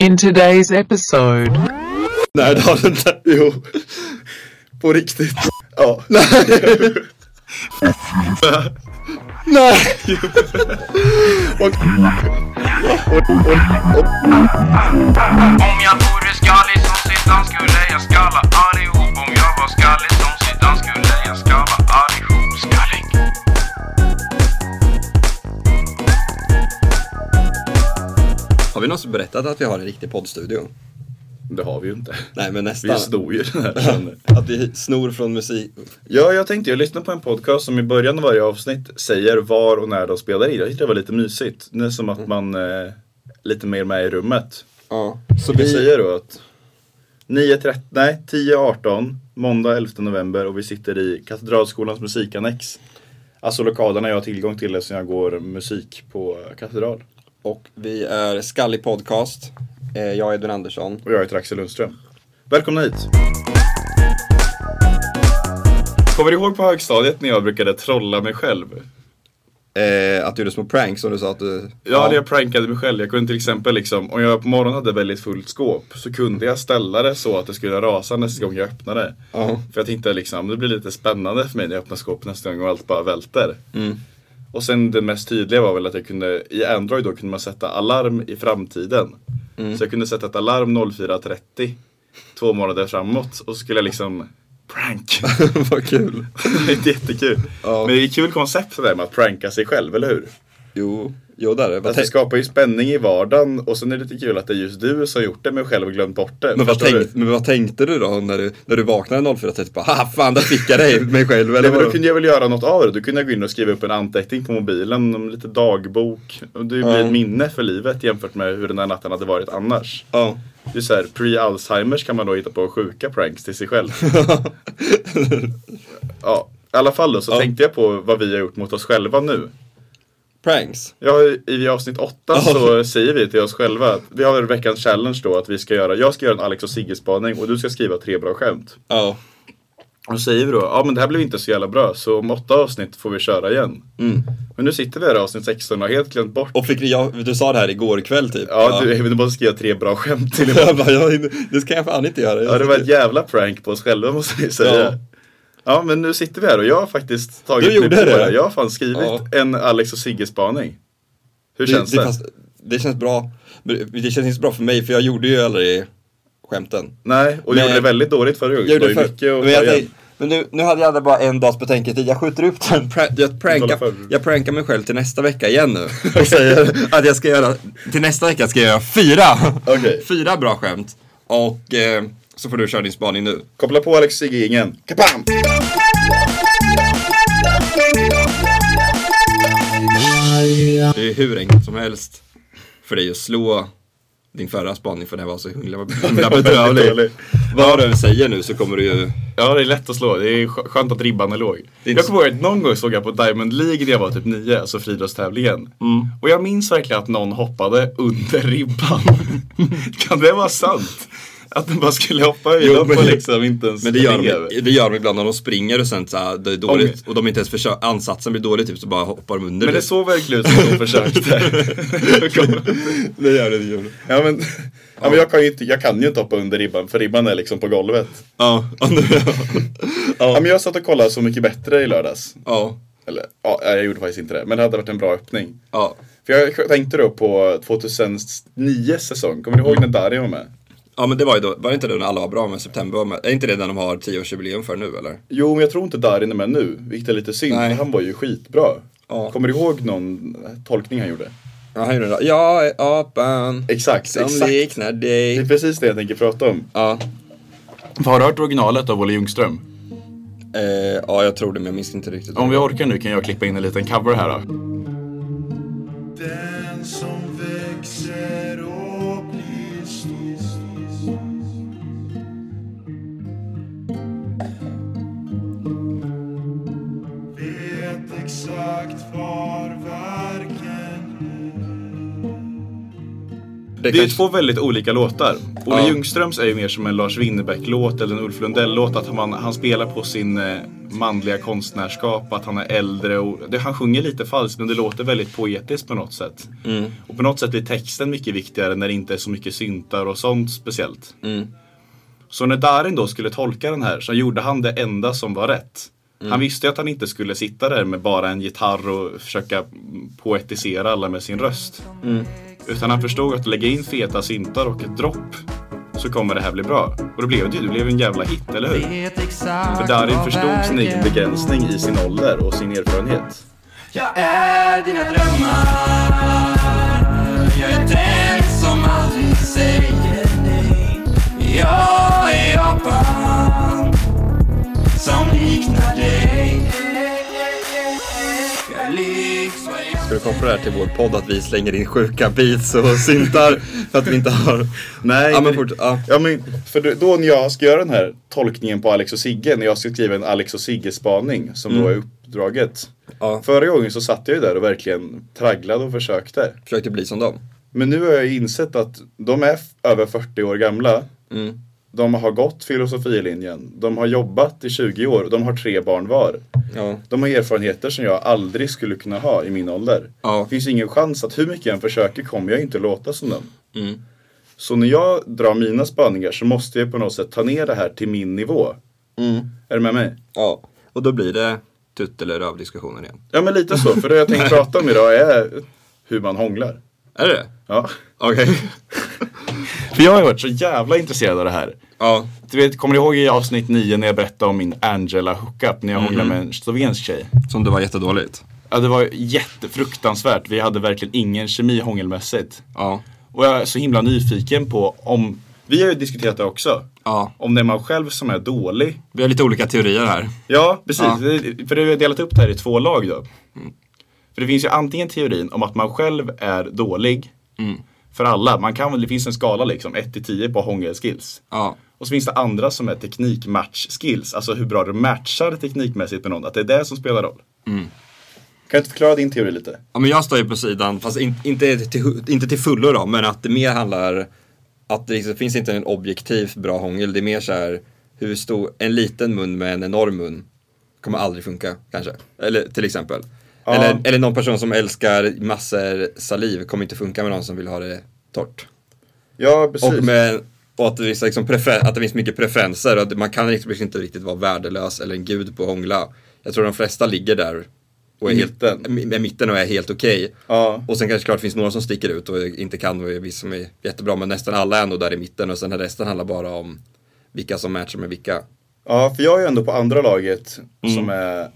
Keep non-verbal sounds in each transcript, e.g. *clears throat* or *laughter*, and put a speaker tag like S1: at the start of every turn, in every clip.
S1: In today's episode.
S2: Nej, det har du inte. Jo. På riktigt. Ja. Nej. Nej. Och, och, och, och.
S3: Om jag vore skallig som Zidane skulle jag skalla allihop Om jag var skallig som Zidane skulle jag skalla allihop Skallig
S4: Har vi någonsin berättat att vi har en riktig poddstudio?
S2: Det har vi ju inte.
S4: Nej men nästan.
S2: Vi snor ju den här.
S4: *laughs* Att vi snor från musik.
S2: Ja, jag tänkte, jag lyssnar på en podcast som i början av varje avsnitt säger var och när de spelar in. Jag tyckte det var lite mysigt. Det är som att man eh, lite mer med i rummet.
S4: Ja. Så
S2: Vi
S4: vi,
S2: säger då att 9.30, nej 10.18, måndag 11 november och vi sitter i Katedralskolans musikannex. Alltså lokalerna jag har tillgång till eftersom jag går musik på katedral.
S4: och vi är Skallig Podcast. Eh, Jag är Edvin Andersson.
S2: Och jag heter Axel Lundström. Välkomna hit! Kommer du ihåg på högstadiet när jag brukade trolla mig själv?
S4: Eh, att du gjorde små pranks som du sa att du...
S2: Ja, när jag prankade mig själv. Jag kunde till exempel liksom, om jag på morgonen hade väldigt fullt skåp så kunde jag ställa det så att det skulle rasa nästa gång jag öppnade.
S4: Ja. *laughs*
S2: För jag tänkte liksom, det blir lite spännande för mig när jag öppnar skåpet nästa gång och allt bara välter.
S4: Mm.
S2: Och sen det mest tydliga var väl att jag kunde, i Android då kunde man sätta alarm i framtiden.
S4: Mm.
S2: Så jag kunde sätta ett alarm 04.30 två månader framåt och så skulle jag liksom prank. *laughs*
S4: Vad kul.
S2: det är jättekul.
S4: Ja.
S2: Men det är ett kul koncept det där med att pranka sig själv, eller hur?
S4: Jo, jo där är det. Vad
S2: Att det
S4: tänk-
S2: skapar ju spänning i vardagen och sen är det lite kul att det är just du som gjort det men själv glömt bort det.
S4: Men vad,
S2: Förstår
S4: tänk,
S2: du?
S4: men vad tänkte du då när du, när du vaknade 04.30? Bara, "Ha, fan där fick
S2: *laughs*
S4: jag dig, mig själv
S2: Nej,
S4: eller
S2: men då
S4: vadå?
S2: kunde jag väl göra något av det. Då kunde jag gå in och skriva upp en anteckning på mobilen, om lite dagbok. Och Det blir
S4: Ja.
S2: ett minne för livet jämfört med hur den här natten hade varit annars.
S4: Ja.
S2: Det är så här, pre-Alzheimers kan man då hitta på sjuka pranks till sig
S4: *laughs*
S2: själv. ja, i alla fall då så
S4: Ja.
S2: tänkte jag på vad vi har gjort mot oss själva nu.
S4: Pranks.
S2: Ja, i- i avsnitt åtta så
S4: *laughs*
S2: säger vi till oss själva att vi har veckans challenge då att vi ska göra, jag ska göra en Alex och Sigge-spaning och du ska skriva tre bra skämt.
S4: Ja.
S2: Och så säger vi då, ja men det här blev inte så jävla bra så om åtta avsnitt får vi köra igen.
S4: Mm.
S2: Men nu sitter vi här i avsnitt 16 och har helt glömt bort.
S4: Och fick, jag, du sa det här igår kväll typ.
S2: Ja, du, du måste skriva tre bra skämt *laughs*
S4: *laughs*
S2: till imorgon.
S4: jag bara, jag, det ska jag fan inte göra.
S2: Ja, det var ett jävla prank på oss själva måste vi säga. Ja.
S4: Ja.
S2: men nu sitter vi här och jag har faktiskt tagit
S4: Du
S2: mig
S4: gjorde
S2: på
S4: det?
S2: Jag har fan skrivit
S4: Ja.
S2: en Alex och Sigge-spaning. Hur känns det?
S4: det, fast- det känns bra. Men Det känns inte så bra för mig för jag gjorde ju aldrig skämten.
S2: Nej, och du
S4: Nej.
S2: gjorde det väldigt dåligt förra gången.
S4: Jag gjorde
S2: det var ju mycket att ta
S4: men, jag
S2: igen.
S4: tänkte, men nu, nu hade jag bara en dags betänketid. Jag skjuter upp den. Pra- Jag
S2: Kolla
S4: prankar,
S2: för-
S4: jag prankar mig själv till nästa vecka igen *laughs* nu. Och säger att jag ska göra, till nästa vecka ska jag göra fyra.
S2: Okej.
S4: *laughs* Fyra bra skämt. Och eh, så får du köra din spaning nu.
S2: Koppla på Alex Sigge ingen. Kapam!
S4: Det är ju hur enkelt som helst för dig att slå din förra spaning för *laughs* den var så himla, himla bedrövlig. Vad du än säger nu så kommer du ju
S2: Ja, det är lätt att slå. Det är skö- skönt att ribban är låg.
S4: Det är inte
S2: jag kommer ihåg att någon gång såg jag på Diamond League när jag var typ nio, alltså friidrottstävlingen. Och jag minns verkligen att någon hoppade under ribban. *laughs* kan det vara sant? Att den bara skulle hoppa över
S4: Jo,
S2: den
S4: men-
S2: på liksom inte ens
S4: Men Alltså, det gör,
S2: elev.
S4: de, det gör de ibland när de springer och sen så här, det är dåligt och de inte ens försöker, ansatsen blir dålig typ så bara hoppar de under.
S2: Men det
S4: *laughs* typ.
S2: såg verkligen ut som de försökte.
S4: *laughs* det gör det, det gör det.
S2: *laughs* ja, men, ja, men jag, kan ju inte, jag kan ju inte hoppa under ribban för ribban är liksom på golvet.
S4: Ja, *laughs* ja, nu-
S2: Ja, men jag satt och kollade Så mycket bättre i lördags.
S4: ja,
S2: Eller ja, jag gjorde faktiskt inte det. Men det hade varit en bra öppning.
S4: ja,
S2: För jag tänkte då på 2009 säsong, kommer du ihåg när Dario var med?
S4: ja, men det var ju då, var det inte det när alla var bra med september var med? Är inte det den de har 10-årsjubileum för nu eller?
S2: Jo, men jag tror inte Darin är med nu, vilket är lite synd,
S4: Nej.
S2: för han var ju skitbra.
S4: Ja.
S2: Kommer du ihåg någon tolkning han gjorde?
S4: Ja, han gjorde det. Jag är apan
S2: Exakt,
S4: som
S2: exakt.
S4: liknar
S2: Det är
S4: dig.
S2: precis det jag tänker prata om.
S4: Ja,
S2: Har du hört originalet av Olle Ljungström?
S4: eh, ja, jag tror det men jag minns inte riktigt.
S2: vi orkar nu kan jag klippa in en liten cover här då.
S5: Den som växer och blir stor Vet exakt var verken
S2: Det, är
S4: kanske-
S2: ju två väldigt olika låtar. Olle
S4: Ja.
S2: Ljungströms är ju mer som en Lars Winnerbäck-låt eller en Ulf Lundell-låt. Att man, han spelar på sin eh, manliga konstnärskap, att han är äldre. Och, det, han sjunger lite falskt men det låter väldigt poetiskt på något sätt.
S4: Mm.
S2: Och på något sätt blir texten mycket viktigare när det inte är så mycket syntar och sånt speciellt.
S4: Mm.
S2: Så när Darin då skulle tolka den här så gjorde han det enda som var rätt.
S4: Mm.
S2: Han visste ju att han inte skulle sitta där med bara en gitarr och försöka poetisera alla med sin röst. Utan han förstod att lägga in feta syntar och ett dropp så kommer det här bli bra. Och det blev det ju. Det blev en jävla hit, eller hur?
S5: Vet exakt
S2: För Darin
S5: vad
S2: förstod sin egen
S5: vägen
S2: begränsning i sin ålder och sin erfarenhet.
S5: Jag är dina drömmar Jag är den som aldrig säger nej Jag är apan som liknar dig Jag är lik vad jag
S4: Ska vi koppla det här till vår podd att vi slänger in sjuka beats och *laughs* syntar för att vi inte har...
S2: Nej,
S4: Ja, men
S2: men-
S4: fort, ja.
S2: Ja men för då- då när jag ska göra den här tolkningen på Alex och Sigge, när jag ska skriva en Alex och Sigge-spaning som
S4: Mm.
S2: då är uppdraget.
S4: Ja.
S2: Förra gången så satt jag ju där och verkligen tragglade och försökte.
S4: Försökte bli som dem.
S2: Men nu har jag insett att de är f- över 40 år gamla. Mm. De har gått filosofilinjen, de har jobbat i 20 år och de har tre barn var.
S4: Ja.
S2: De har erfarenheter som jag aldrig skulle kunna ha i min ålder.
S4: Ja.
S2: Det finns ingen chans att hur mycket jag än försöker kommer jag inte låta som dem. Så när jag drar mina spaningar så måste jag på något sätt ta ner det här till min nivå. Är du med mig?
S4: ja. Och då blir det tutt eller röv-diskussioner igen.
S2: Ja men lite så, för det jag tänkte *laughs* prata om idag är hur man hånglar.
S4: Är det det?
S2: Ja.
S4: Okej.
S2: För jag har varit så jävla intresserad av det här.
S4: *laughs* Ja.
S2: Du vet, kommer du ihåg i avsnitt 9 när jag berättade om min Angela hookup när jag hånglade
S4: Mm.
S2: med en slovensk tjej?
S4: Som det var jättedåligt.
S2: Ja, det var jättefruktansvärt. Vi hade verkligen ingen kemi hångelmässigt.
S4: Ja.
S2: Och jag är så himla nyfiken på om, vi har ju diskuterat det också,
S4: Ja.
S2: om det är man själv som är dålig.
S4: Vi har lite olika teorier här.
S2: Ja, precis.
S4: Ja.
S2: Det- För du har delat upp det här i två lag då. För det finns ju antingen teorin om att man själv är dålig
S4: Mm.
S2: för alla. Man kan, väl- det finns en skala liksom, 1 till 10 på hångelskills.
S4: Ja.
S2: Och så finns det andra som är teknikmatch-skills, alltså hur bra du matchar teknikmässigt med någon, att det är det som spelar roll.
S4: Mm.
S2: Kan du inte förklara din teori lite?
S4: Ja men jag står ju på sidan, fast in, inte, till, hu- inte till fullo då, men att det mer handlar att det liksom finns inte en objektivt bra hångel, det är mer så här hur stor, en liten mun med en enorm mun kommer aldrig funka kanske. Eller till exempel.
S2: Ja.
S4: Eller, eller någon person som älskar massor saliv kommer inte funka med någon som vill ha det torrt.
S2: Ja,
S4: Och, med, och att, det finns liksom prefer, att det finns mycket preferenser och att man kan liksom inte riktigt vara värdelös eller en gud på att hångla. Jag tror de flesta ligger där och är
S2: I
S4: helt,
S2: mitten.
S4: i- i mitten och är helt okej.
S2: Ja.
S4: Och sen kanske klart finns några som sticker ut och inte kan och är vissa som är jättebra men nästan alla är ändå där i mitten och sen resten handlar bara om vilka som matchar med vilka.
S2: ja, för jag är ju ändå på andra laget
S4: Mm.
S2: som är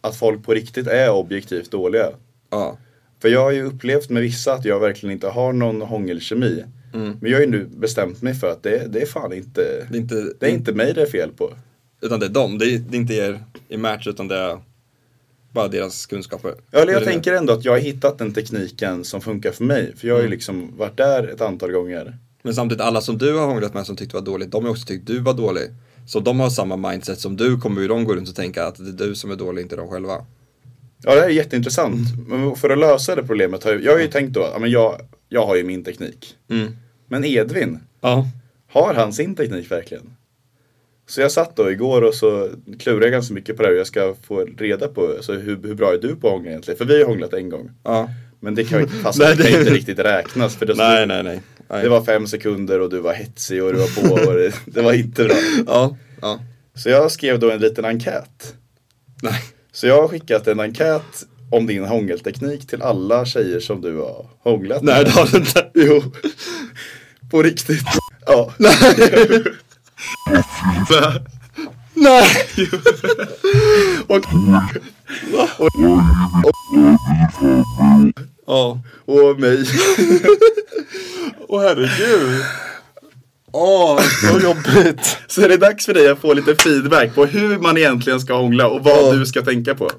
S2: att folk på riktigt är objektivt dåliga.
S4: Ja,
S2: För jag har ju upplevt med vissa att jag verkligen inte har någon hångelkemi.
S4: Mm.
S2: Men jag har ju nu bestämt mig för att det, det är fan inte
S4: det är inte,
S2: det är inte mig det är fel på.
S4: utan det är dem, det är, det är inte er i match utan det är bara deras kunskaper.
S2: Ja, eller
S4: Är
S2: jag
S4: det det?
S2: tänker ändå att jag har hittat den tekniken som funkar för mig. För jag har
S4: Mm.
S2: ju liksom varit där ett antal gånger.
S4: Men samtidigt, alla som du har hånglat med som tyckte var dåligt, de har också tyckt du var dålig. Så de har samma mindset som du, kommer ju de gå runt och tänka att det är du som är dålig, inte de själva.
S2: Ja, det här är jätteintressant. Men för att lösa det problemet har jag, jag har ju tänkt då, ja, men jag, jag har ju min teknik.
S4: Mm.
S2: Men Edvin,
S4: Ja.
S2: har han sin teknik verkligen? Så jag satt då igår och så klurade jag ganska mycket på det här och jag ska få reda på så hur, hur bra är du på att hångla egentligen? För vi har ju hånglat en gång.
S4: Ja.
S2: Men det kan
S4: *laughs*
S2: ju fast
S4: Nej,
S2: det kan ju
S4: det-
S2: inte riktigt räknas för det,
S4: Nej, nej, nej. nej.
S2: det var fem sekunder och du var hetsig och du var på och det, det var inte bra.
S4: Ja. Ja.
S2: Så jag skrev då en liten enkät.
S4: Nej.
S2: Så jag har skickat en enkät om din hångelteknik till alla tjejer som du har hånglat
S4: Nej, det har du inte.
S2: Jo. På riktigt. Ja.
S4: Nej!
S2: Och,
S4: Ja.
S2: och mig.
S4: *laughs* Åh herregud. Åh, så jobbigt.
S2: Så är det dags för dig att få lite feedback på hur man egentligen ska hångla och vad du ska tänka på.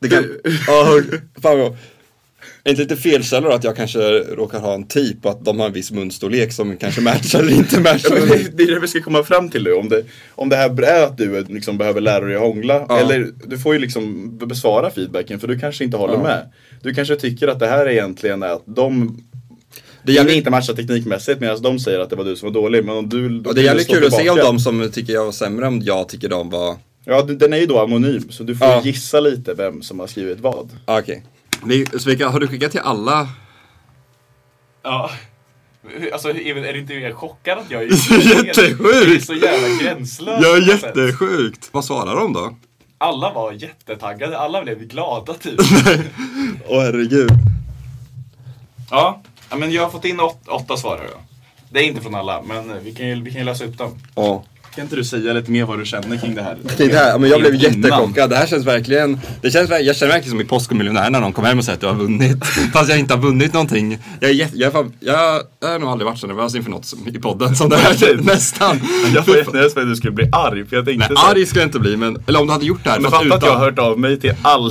S4: Det kan... Ja, hör- fan vad... Är inte lite felkälla då att jag kanske råkar ha en typ och att de har en viss munstorlek som kanske matchar eller inte *laughs*
S2: Ja,
S4: matchar?
S2: men det, det är det vi ska komma fram till nu. Om det, om det här är att du liksom behöver lära dig att hångla.
S4: Ja.
S2: Eller du får ju liksom b- besvara feedbacken för du kanske inte håller med. Du kanske tycker att det här egentligen är att de
S4: Det är
S2: Vi är
S4: jävligt,
S2: inte matcha teknikmässigt medan de säger att det var du som var dålig. Men om du...
S4: och det är jävligt
S2: du står
S4: kul att se om
S2: tillbaka-
S4: de som tycker jag var sämre, om jag tycker de var...
S2: Ja, du- den är ju då anonym. Så du får
S4: Ja.
S2: gissa lite vem som har skrivit vad.
S4: Ah, Okej. Vi- Så vilka, har du skickat till alla?
S6: Ja. Alltså Emil, är det inte jag chockad att
S4: *laughs*
S6: jag är
S4: Jättesjukt!
S6: Det är så jävla gränslöst. på något sätt.
S4: jättesjukt! Vad svarar de då?
S6: Alla var jättetaggade, alla blev glada typ.
S4: Åh herregud.
S6: ja. ja, men jag har fått in åt, åtta svar här då. Det är inte från alla, men eh, vi kan ju, vi kan ju läsa upp dem.
S4: Ja.
S2: Kan inte du säga lite mer vad du känner kring det här?
S4: Kring det här, ja, men jag blev
S2: Innan.
S4: jättechockad. Det här känns verkligen, det känns, ver- jag känner verkligen som i Postkodmiljonären när någon kommer hem och säger att du
S2: *laughs*
S4: har vunnit. Fast jag inte har vunnit någonting. Jag, är jätte- jag, är fan- jag, jag har nog aldrig varit så nervös inför något som, i podden som
S2: *laughs*
S4: det här. Nästan.
S2: Jag var jättenervös för att du skulle bli arg. För jag tänkte
S4: Nej,
S2: så här,
S4: arg skulle jag inte bli, men, eller om du hade gjort det här.
S2: Men
S4: fast
S2: fatta att jag har
S4: utan-
S2: hört av mig till alla.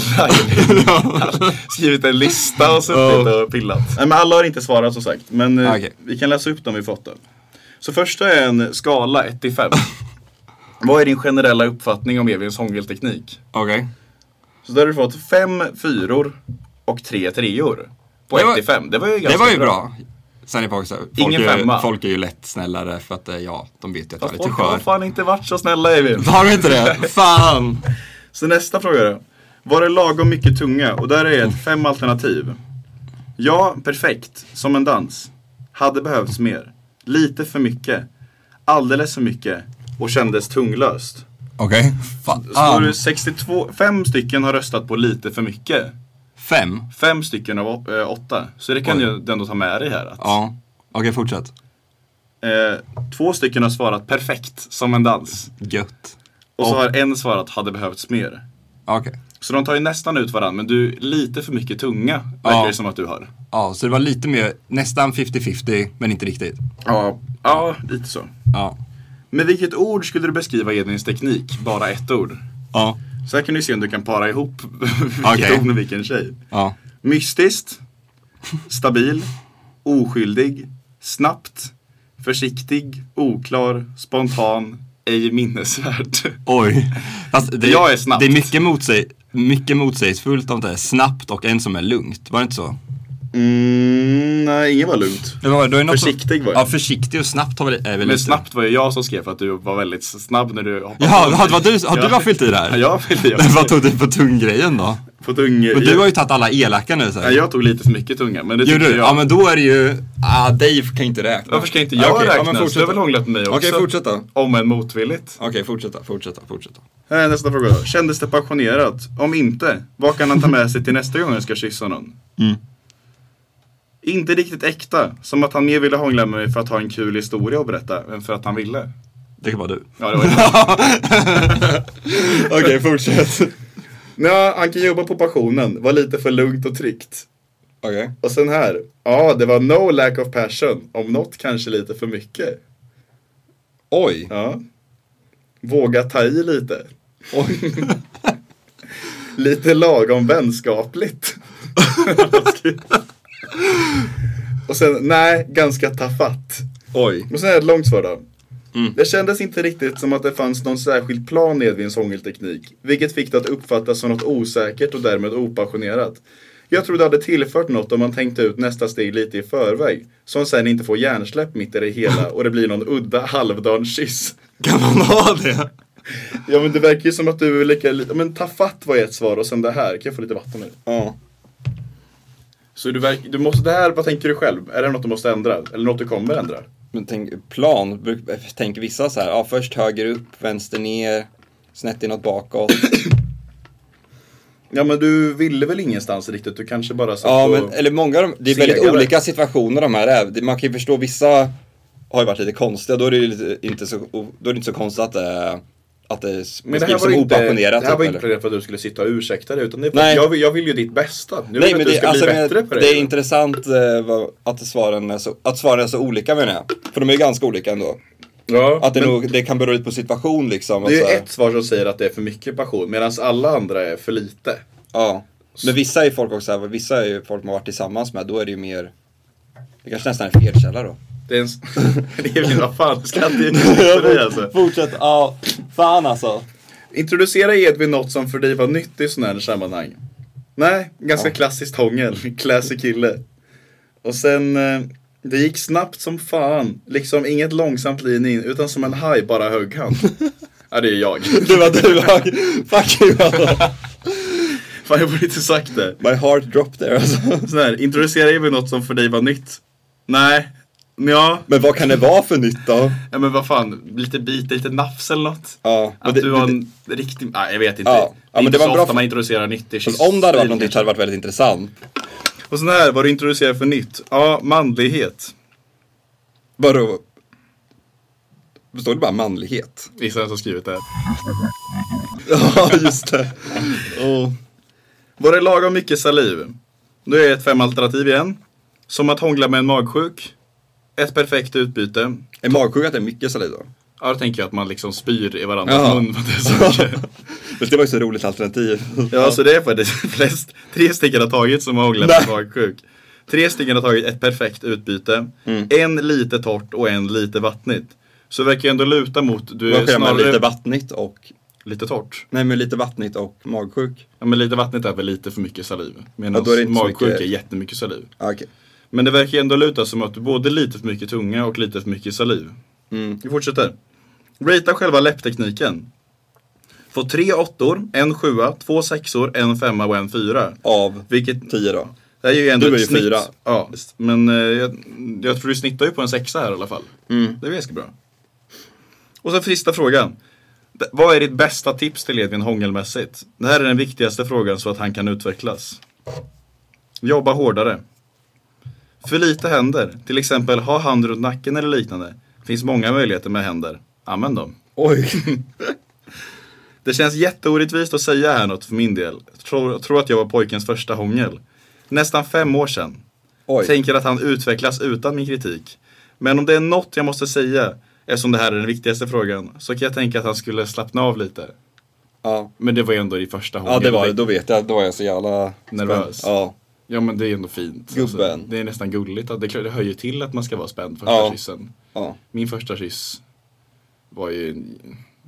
S2: Skrivit en lista och suttit
S4: Ja.
S2: och pillat. Nej, men alla har inte svarat som sagt. Men eh,
S4: Ah, okej.
S2: vi kan läsa upp dem vi fått då. Så första är en skala 1 till *laughs* 5. Vad är din generella uppfattning om Evins hångelteknik?
S4: Okej.
S2: Så där har du fått fem fyror och tre treor. På
S4: Det var-
S2: 1 till 5. Det var ju ganska
S4: Det var ju bra. Sen är folk, så- folk,
S2: Ingen
S4: är, ju-
S2: femma.
S4: folk är ju lätt snällare för att eh, ja, de vet ju att jag är lite
S2: Folk har
S4: skör.
S2: fan inte varit så snälla Evin.
S4: Har du inte det? Fan!
S2: Så nästa fråga då. Var det lagom mycket tunga? Och där är ett fem alternativ. Ja, perfekt. Som en dans. Hade behövts mer. Lite för mycket. Alldeles för mycket. Och kändes tunglöst.
S4: Okej.
S2: Så då har
S4: Fan.
S2: du 62, fem stycken har röstat på lite för mycket.
S4: Fem?
S2: Fem stycken av å- eh, åtta. Så det kan
S4: Oj.
S2: du ju ändå ta med dig här. Att,
S4: Ja. Okej, fortsätt.
S2: eh, två stycken har svarat perfekt, som en dans.
S4: Gött.
S2: Och så
S4: Ja.
S2: har en svarat hade behövts mer.
S4: Okej.
S2: Så de tar ju nästan ut varandra, men du, lite för mycket tunga verkar
S4: Ja.
S2: det som att du har.
S4: Ja, så det var lite mer, nästan 50-50, men inte riktigt.
S2: Ja, ja lite så.
S4: Ja.
S2: Med vilket ord skulle du beskriva Edvins teknik? Bara ett ord.
S4: Ja.
S2: Så här kan du se om du kan para ihop *laughs* vilket
S4: Okej.
S2: ord och vilken tjej.
S4: Ja.
S2: Mystiskt, stabil, oskyldig, snabbt, försiktig, oklar, spontan, ej minnesvärd.
S4: Oj. Fast det,
S2: Jag är snabbt.
S4: Det är mycket, motsäg, mycket motsägelsefullt om det är snabbt och en som är lugnt. Var det inte så?
S2: Mm, nej, inget var lugnt.
S4: Det var, då är det något som-
S2: Försiktig var jag.
S4: Ja, försiktig och snabbt har väl, är väl
S2: Men
S4: lite-
S2: snabbt var ju jag som skrev för att du var väldigt snabb när du hoppade
S4: Ja,
S2: på
S4: har,
S2: mig.
S4: var du, har du
S2: Ja.
S4: bara fyllt i det här?
S2: *laughs* Ja, jag fyllde i.
S4: *laughs* Vad tog du på tunggrejen då?
S2: På tunga.
S4: Men du har ju tagit alla elaka nu så.
S2: Nej, jag tog lite för mycket tunga. Men det
S4: Gjorde
S2: tyckte
S4: du?
S2: jag.
S4: Ja men då är det ju, ah Dave kan ju inte räkna.
S2: Varför ska inte jag
S4: Okej,
S2: räknas?
S4: Ja, men
S2: du har
S4: fortsätt
S2: väl
S4: då. Okej,
S2: hånglat med mig också?
S4: fortsätt då.
S2: Om än motvilligt.
S4: fortsätta, fortsätta, fortsätta.
S2: Här är Eh, nästa fråga då. Kändes det passionerat? Om inte, vad kan han ta med sig till nästa gång han ska kyssa någon?
S4: Mm.
S2: Inte riktigt äkta. Som att han mer ville hångla med mig för att ha en kul historia att berätta än för att han ville.
S4: Det kan vara du.
S2: Ja, det var ju-
S4: *laughs* Okej, fortsätt.
S2: Nja, han kan jobba på passionen. Var lite för lugnt och tryggt.
S4: Okej.
S2: Och sen här. Ja, det var no lack of passion. Om något kanske lite för mycket.
S4: Oj.
S2: Ja. Våga ta i lite.
S4: Oj.
S2: Lite lagom vänskapligt. och sen, nej, ganska tafatt.
S4: Oj.
S2: Och sen är det ett långt svar då. Det kändes inte riktigt som att det fanns någon särskild plan i Edvins hångelteknik. Vilket fick det att uppfattas som något osäkert och därmed opassionerat. Jag tror det hade tillfört något om man tänkte ut nästa steg lite i förväg. Som sen inte får hjärnsläpp mitt i det hela och det blir någon udda halvdan kyss.
S4: Kan man ha det?
S2: Ja men det verkar ju som att du är lika lite, men tafatt var ju ett svar och sen det här, kan jag få lite vatten nu?
S4: Ja.
S2: Så du, verk, du måste, det här, vad tänker du själv? Är det något du måste ändra? Eller något du kommer ändra?
S4: Men tänk, plan, bruk- tänk vissa så här, ja först höger upp, vänster ner, snett inåt bakåt.
S2: Ja men du ville väl ingenstans riktigt? Du kanske bara satt
S4: Ja,
S2: och...
S4: men eller många av dem, det är
S2: Segare.
S4: väldigt olika situationer de här är. Det- Man kan ju förstå, vissa har ju varit lite konstiga, då är det ju lite, inte, så, då är det inte så konstigt att det, att det
S2: Men det här
S4: skrivs
S2: var
S4: som
S2: ju inte, det
S4: opassionerat.
S2: här
S4: typ,
S2: var inte
S4: eller?
S2: planerat för att du skulle sitta och ursäkta dig utan det är för
S4: Nej.
S2: att jag, vill- jag vill ju ditt bästa. Nu vill
S4: Nej,
S2: jag
S4: men
S2: att du
S4: det,
S2: ska
S4: alltså,
S2: bli
S4: men
S2: bättre på det.
S4: det är intressant eh, vad- att, svaren är så, att svaren är så olika menar jag. För de är ju ganska olika ändå.
S2: ja,
S4: Att det,
S2: men
S4: nog, det kan bero lite på situation liksom. och
S2: det är
S4: så
S2: ju
S4: här.
S2: ett svar som säger att det är för mycket passion medan alla andra är för lite.
S4: Ja. Men vissa är ju folk också, här, vissa är ju folk man har varit tillsammans med, då är det ju mer, det kanske nästan är en
S2: *laughs*
S4: felkälla då.
S2: Det är en... s- det är väl- vad fan, ska jag
S4: *laughs*
S2: inte för dig alltså.
S4: Fortsätt, ja, fan alltså.
S2: Introducera Edvin något som för dig var nytt i sådana här sammanhang. *laughs* Nej, ganska klassiskt hångel. Classy kille. Och sen, eh, Det gick snabbt som fan. Liksom inget långsamt lin in, utan som en haj bara högg
S4: *laughs*
S2: han. ja, det är jag.
S4: Det var du, Hag. Fuck you alltså.
S2: Fan, jag borde inte sagt det.
S4: My heart dropped there alltså.
S2: Sån här, introducerar vi något som för dig var nytt? Nej. Ja,
S4: Men vad kan det vara för nytt då?
S2: ja men vad fan, lite bit, lite nafs eller något?
S4: Ja, men
S2: Att
S4: det-
S2: du har
S4: det-
S2: en riktig, nej jag vet inte.
S4: Ja.
S2: Det är
S4: Ja, men
S2: inte
S4: det var
S2: så
S4: bra
S2: ofta
S4: för-
S2: man introducerar nytt i
S4: Fast om det hade varit något
S2: stil,
S4: nytt hade det varit väldigt intressant.
S2: Och sån här, vad du introducerar för nytt? Ja, manlighet.
S4: Vadå? Består det bara manlighet? *laughs*
S2: Vissa som skrivit det. här.
S4: Ja, just det. Oh.
S2: Var det lagom mycket saliv? Nu är ett fem alternativ igen. Som att hångla med en magsjuk. Ett perfekt utbyte.
S4: Är magsjuka att det är mycket saliv då?
S2: Ja, då tänker jag att man liksom spyr i varandras
S4: Jaha.
S2: mun. för att det är så *laughs* mycket.
S4: *laughs* Fast det var ju så roligt alternativ.
S2: Ja, så det är faktiskt *laughs* flest. Tre stycken har tagit som har hånglat med en magsjuk. Tre stycken har tagit ett perfekt utbyte.
S4: Mm.
S2: En lite torrt och en lite vattnigt. Så det verkar ju ändå luta mot, du
S4: Vad
S2: är
S4: sker med
S2: snarare
S4: lite
S2: lite,
S4: vattnigt och...
S2: torrt.
S4: Nej, men lite vattnigt och magsjuk.
S2: Ja, men lite vattnigt är väl lite för mycket saliv.
S4: Ja,
S2: Medan
S4: då är det inte så
S2: magsjuk
S4: mycket-
S2: är jättemycket saliv.
S4: Ah, okej.
S2: Men det verkar ju ändå luta som att du både lite för mycket tunga och lite för mycket saliv.
S4: Mm.
S2: Vi fortsätter. Ratea själva läpptekniken. Få tre åttor, en sjua, två sexor, en femma och en fyra.
S4: Av
S2: Vilket,
S4: tio då?
S2: det här är ju ändå
S4: Du är
S2: ett
S4: ju
S2: snitt.
S4: fyra.
S2: Ja, men eh, jag, jag tror du snittar ju på en sexa här i alla fall.
S4: Mm.
S2: Det är ganska bra. Och så sista frågan. D- Vad är ditt bästa tips till Edvin hångelmässigt? Det här är den viktigaste frågan så att han kan utvecklas. Jobba hårdare. För lite händer, till exempel ha hand runt nacken eller liknande. Finns många möjligheter med händer. Använd dem. *laughs*
S4: Oj.
S2: Det känns jätteorättvist att säga här något för min del. Tror, tror att jag var pojkens första hångel. Nästan fem år sedan.
S4: Oj.
S2: Tänker att han utvecklas utan min kritik. Men om det är något jag måste säga, eftersom det här är den viktigaste frågan, så kan jag tänka att han skulle slappna av lite.
S4: Ja.
S2: Men det var ju ändå i första hångel.
S4: ja, det var det. Då vet jag. Då var jag så jävla...
S2: Nervös.
S4: spänd. Ja.
S2: Ja men det är ändå fint. Alltså,
S4: Gubben.
S2: det är nästan gulligt. att- Det, är klart, det hör ju till att man ska vara spänd första
S4: Ja.
S2: kyssen.
S4: ja.
S2: Min första kyss var ju en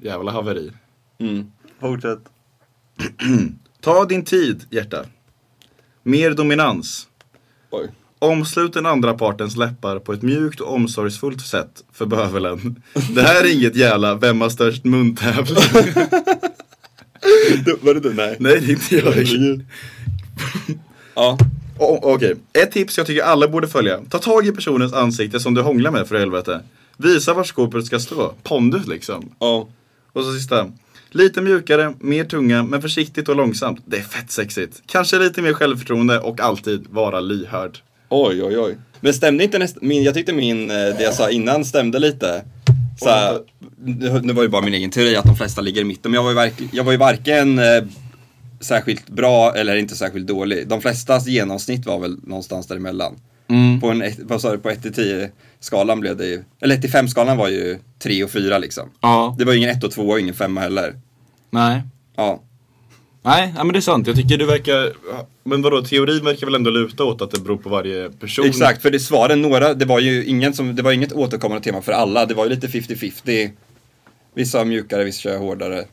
S2: jävla haveri.
S4: Mm. Fortsätt.
S2: Ta din tid, hjärta. Mer dominans.
S4: Oj. *laughs*
S2: Omslut den andra partens läppar på ett mjukt och omsorgsfullt sätt för bövelen. Det här är inget jävla vem har störst muntävling.
S4: Du, var det du? Nej.
S2: Nej, det är inte jag.
S4: Ja.
S2: O- Okej, ett tips jag tycker alla borde följa. Ta tag i personens ansikte som du hånglar med för helvete. Visa var skåpet ska stå. Pondus liksom.
S4: Ja.
S2: Och så sista. Lite mjukare, mer tunga, men försiktigt och långsamt. Det är fett sexigt. Kanske lite mer självförtroende och alltid vara lyhörd.
S4: Oj, oj, oj. Men stämde inte näst, min, jag tyckte min, eh, det jag sa innan stämde lite. Så här, nu nu var ju bara min egen teori att de flesta ligger i mitten, men jag var ju, verk, jag var ju varken eh, särskilt bra eller inte särskilt dålig. De flestas genomsnitt var väl någonstans däremellan.
S6: Mm.
S4: På en ett- vad sa du, på 1 till 10 skalan blev det ju, eller 1 till 5 skalan var ju 3 och 4 liksom.
S6: Ja,
S4: Det var ju ingen 1 och 2 och ingen 5 heller.
S6: nej.
S4: Ja,
S6: Nej, ja, men det är sant. Jag tycker du verkar...
S2: verkar, men vadå, teorin verkar väl ändå luta åt att det beror på varje person.
S4: Exakt, för det svaren några, det var ju ingen som, det var inget återkommande tema för alla. Det var ju lite 50-50. Vissa mjukare, vissa hårdare.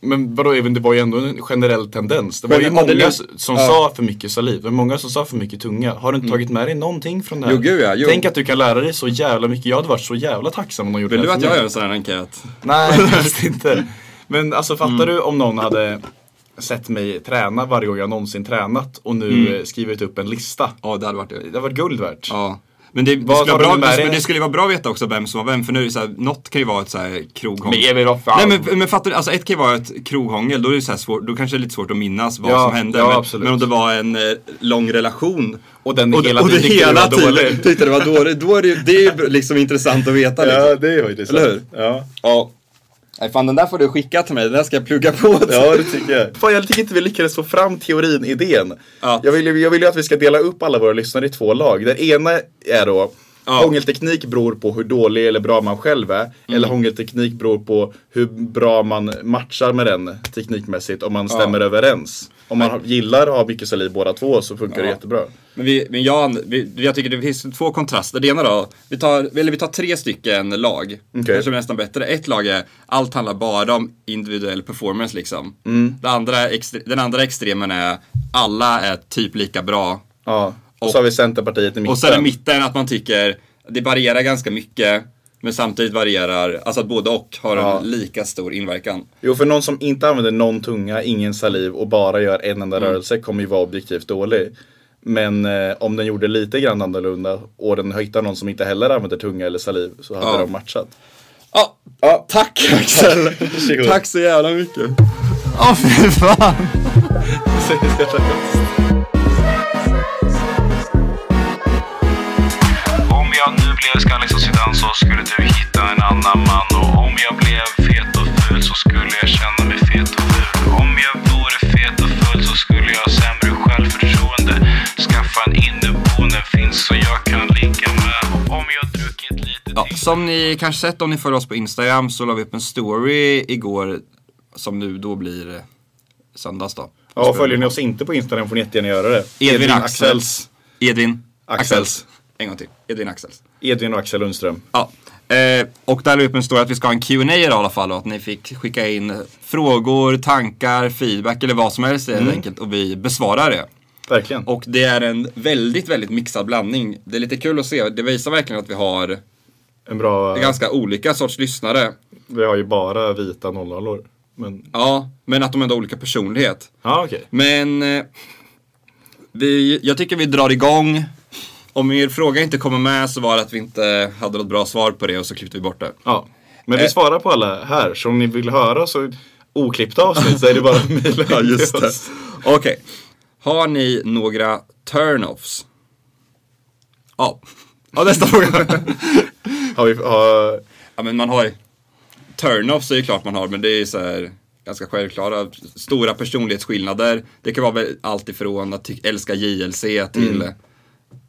S2: Men vadå, även det var ju ändå en generell tendens. Det var ju
S4: Men, ja, det
S2: många
S4: lu-
S2: som
S4: ja. Mm.
S2: sa för mycket saliv, det var många som sa för mycket tunga. Har du inte tagit med dig någonting från det här?
S4: Jo, gud, ja, jo.
S2: Tänk att du kan lära dig så jävla mycket. Jag hade varit så jävla tacksam om någon gjorde
S4: Vill
S2: det
S4: du
S2: här
S4: att
S2: för
S4: jag
S2: mig.
S4: gör en sån här enkät? *laughs*
S2: Nej, helst inte. Men alltså fattar
S4: Mm.
S2: du om någon hade sett mig träna varje gång jag någonsin tränat och nu eh, skrivit upp en lista.
S4: Ja, det hade varit det.
S2: Det har varit guld värt.
S4: Mm. Ja. Men det, det,
S2: Vad
S4: skulle
S2: tar
S4: vara
S2: du
S4: bra,
S2: med
S4: det,
S2: dig?
S4: det skulle ju vara bra att veta också vem som var vem, för nu är det så här, något kan ju vara ett så här kroghångel.
S2: Emil, vad fan?
S4: Nej men, men fattar du, alltså ett kan ju vara ett kroghångel, då, är det så här svårt, då kanske det är lite svårt att minnas vad
S2: Ja,
S4: som hände.
S2: ja,
S4: men,
S2: absolut.
S4: men om det var en eh, lång relation
S2: Och den hela
S4: och det
S2: tiden tyckte du
S4: hela
S2: var
S4: tiden
S2: dålig.
S4: tyckte det var dåligt, då är det, ju- det är ju liksom intressant att veta. Liksom.
S2: det är faktiskt
S4: Eller hur?
S2: Ja.
S4: Ja. Nej fan den där får du skicka till mig, den där ska jag plugga på.
S2: Ja, det tycker jag. Fan, jag tycker inte vi lyckades få fram teorin, idén.
S4: Ja.
S2: Jag, vill, ju- jag vill ju att vi ska dela upp alla våra lyssnare i två lag. Den ena är då
S4: Ja. Mm.
S2: Hångelteknik beror på hur dålig eller bra man själv är. Eller hångelteknik beror på hur bra man matchar med den teknikmässigt. Om man stämmer överens. Om man har- gillar att ha mycket saliv båda två så funkar det
S4: Ja.
S2: jättebra.
S4: Men, vi, men jag, vi, jag tycker det finns två kontraster. Det ena då, vi tar, eller vi tar tre stycken lag.
S2: Okej.
S4: Kanske nästan bättre. Ett lag är, allt handlar bara om individuell performance liksom. Det andra, extre- den andra extremen är, alla är typ lika bra.
S2: Ja. Och så har vi Centerpartiet i mitten.
S4: Och sen i mitten att man tycker, det varierar ganska mycket, men samtidigt varierar, alltså att både och har
S2: Ja.
S4: en lika stor inverkan.
S2: Jo, för någon som inte använder någon tunga, ingen saliv och bara gör en enda
S4: Mm.
S2: rörelse kommer ju vara objektivt dålig. Men eh, om den gjorde lite grann annorlunda och den hittar någon som inte heller använder tunga eller saliv så hade
S4: Ja.
S2: de
S4: *laughs*
S2: matchat.
S4: Ja, tack Axel! tack så jävla mycket!
S3: Om jag nu blev skallig som Zidane så skulle du hitta en annan man Och om jag blev fet och ful så skulle jag känna mig fet och ful Om jag vore fet och ful så skulle jag ha sämre självförtroende Skaffa en inneboende finns så jag kan ligga med Och om jag druckit lite
S4: Ja,
S3: till
S4: som ni kanske sett om ni följer oss på Instagram så la vi upp en story igår som nu då blir eh, söndags då.
S2: Ja, och följer ni oss inte på Instagram får ni jättegärna göra det.
S4: Edvin, Axels. Edvin
S2: Axels.
S4: En gång till. Edvin Axels.
S2: Edvin och Axel Lundström.
S4: Ja. Eh, och där la vi upp en story att vi ska ha en Q&A idag i alla fall och att ni fick skicka in frågor, tankar, feedback eller vad som helst helt
S2: Mm.
S4: enkelt och vi besvarar det.
S2: Verkligen.
S4: Och det är en väldigt, väldigt mixad blandning. Det är lite kul att se. Det visar verkligen att vi har
S2: en bra...
S4: ganska olika sorts lyssnare.
S2: Vi har ju bara vita nollnollor. Men...
S4: Ja, men att de ändå har olika personlighet.
S2: Ja, okej.
S4: Men eh, vi, jag tycker vi drar igång. Om er fråga inte kommer med så var det att vi inte hade något bra svar på det och så klippte vi bort det.
S2: Ja. Men vi
S4: Eh.
S2: svarar på alla här, så om ni vill höra så oklippt avsnitt så är det
S4: *laughs*
S2: bara att mejla in till oss.
S4: Okej. Har ni några turn-offs? Ja. Ja, nästa fråga.
S2: Har vi, har,
S4: ja, men man har ju- turn-offs är ju klart man har, men det är ju så här ganska självklara. Stora personlighetsskillnader. Det kan vara väl allt ifrån att ty- älska JLC till
S2: Mm.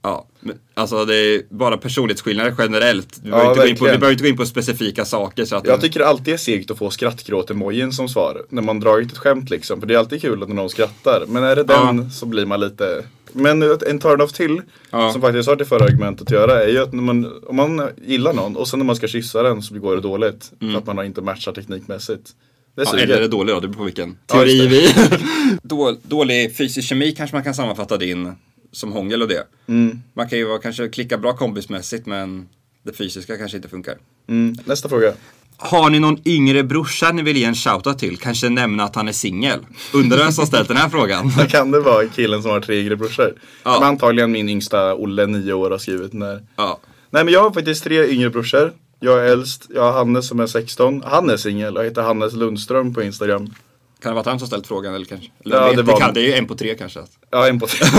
S4: Ja, men, alltså det är bara personlighetsskillnader generellt. Vi behöver,
S2: Ja,
S4: inte gå in på, vi
S2: verkligen.
S4: behöver inte gå in på specifika saker. Så att
S2: Jag tycker det alltid är segt att få skrattgråt-emojin som svar när man dragit ett skämt liksom. För det är alltid kul att någon skrattar. Men är det
S4: Ja.
S2: den så blir man lite... Men en turn-off till,
S4: Ja.
S2: som faktiskt har till förra argumentet att göra, är ju att när man, om man gillar någon och sen när man ska kyssa den så går det dåligt. För att man har inte matchat teknikmässigt. Det
S4: Mm. Ja,
S2: suger.
S4: eller är det dålig då? Det beror på vilken
S2: Ja,
S4: teori
S2: just
S4: vi...
S2: *laughs*
S4: Då, dålig fysisk kemi kanske man kan sammanfatta din som hångel och det.
S2: Mm.
S4: Man kan ju vara, kanske klicka bra kompismässigt men det fysiska kanske inte funkar.
S2: mm. Nästa fråga.
S4: Har ni någon yngre brorsa ni vill ge en shoutout till? Kanske nämna att han är singel? Undrar vem som ställt den
S2: *laughs*
S4: här frågan?
S2: Kan det vara killen som har tre yngre brorsor?
S4: Ja.
S2: Men antagligen min yngsta Olle, nio år, har skrivit när
S4: Ja.
S2: Nej men jag har faktiskt tre yngre brorsor. Jag är äldst, jag har Hannes som är 16. Han är singel och heter Hannes Lundström på Instagram.
S4: Kan det vara att han som ställt frågan eller kanske? Eller,
S2: Ja,
S4: jag vet,
S2: det
S4: det,
S2: var-
S4: kan, det är ju en på tre kanske.
S2: Ja, en på tre.
S4: *laughs*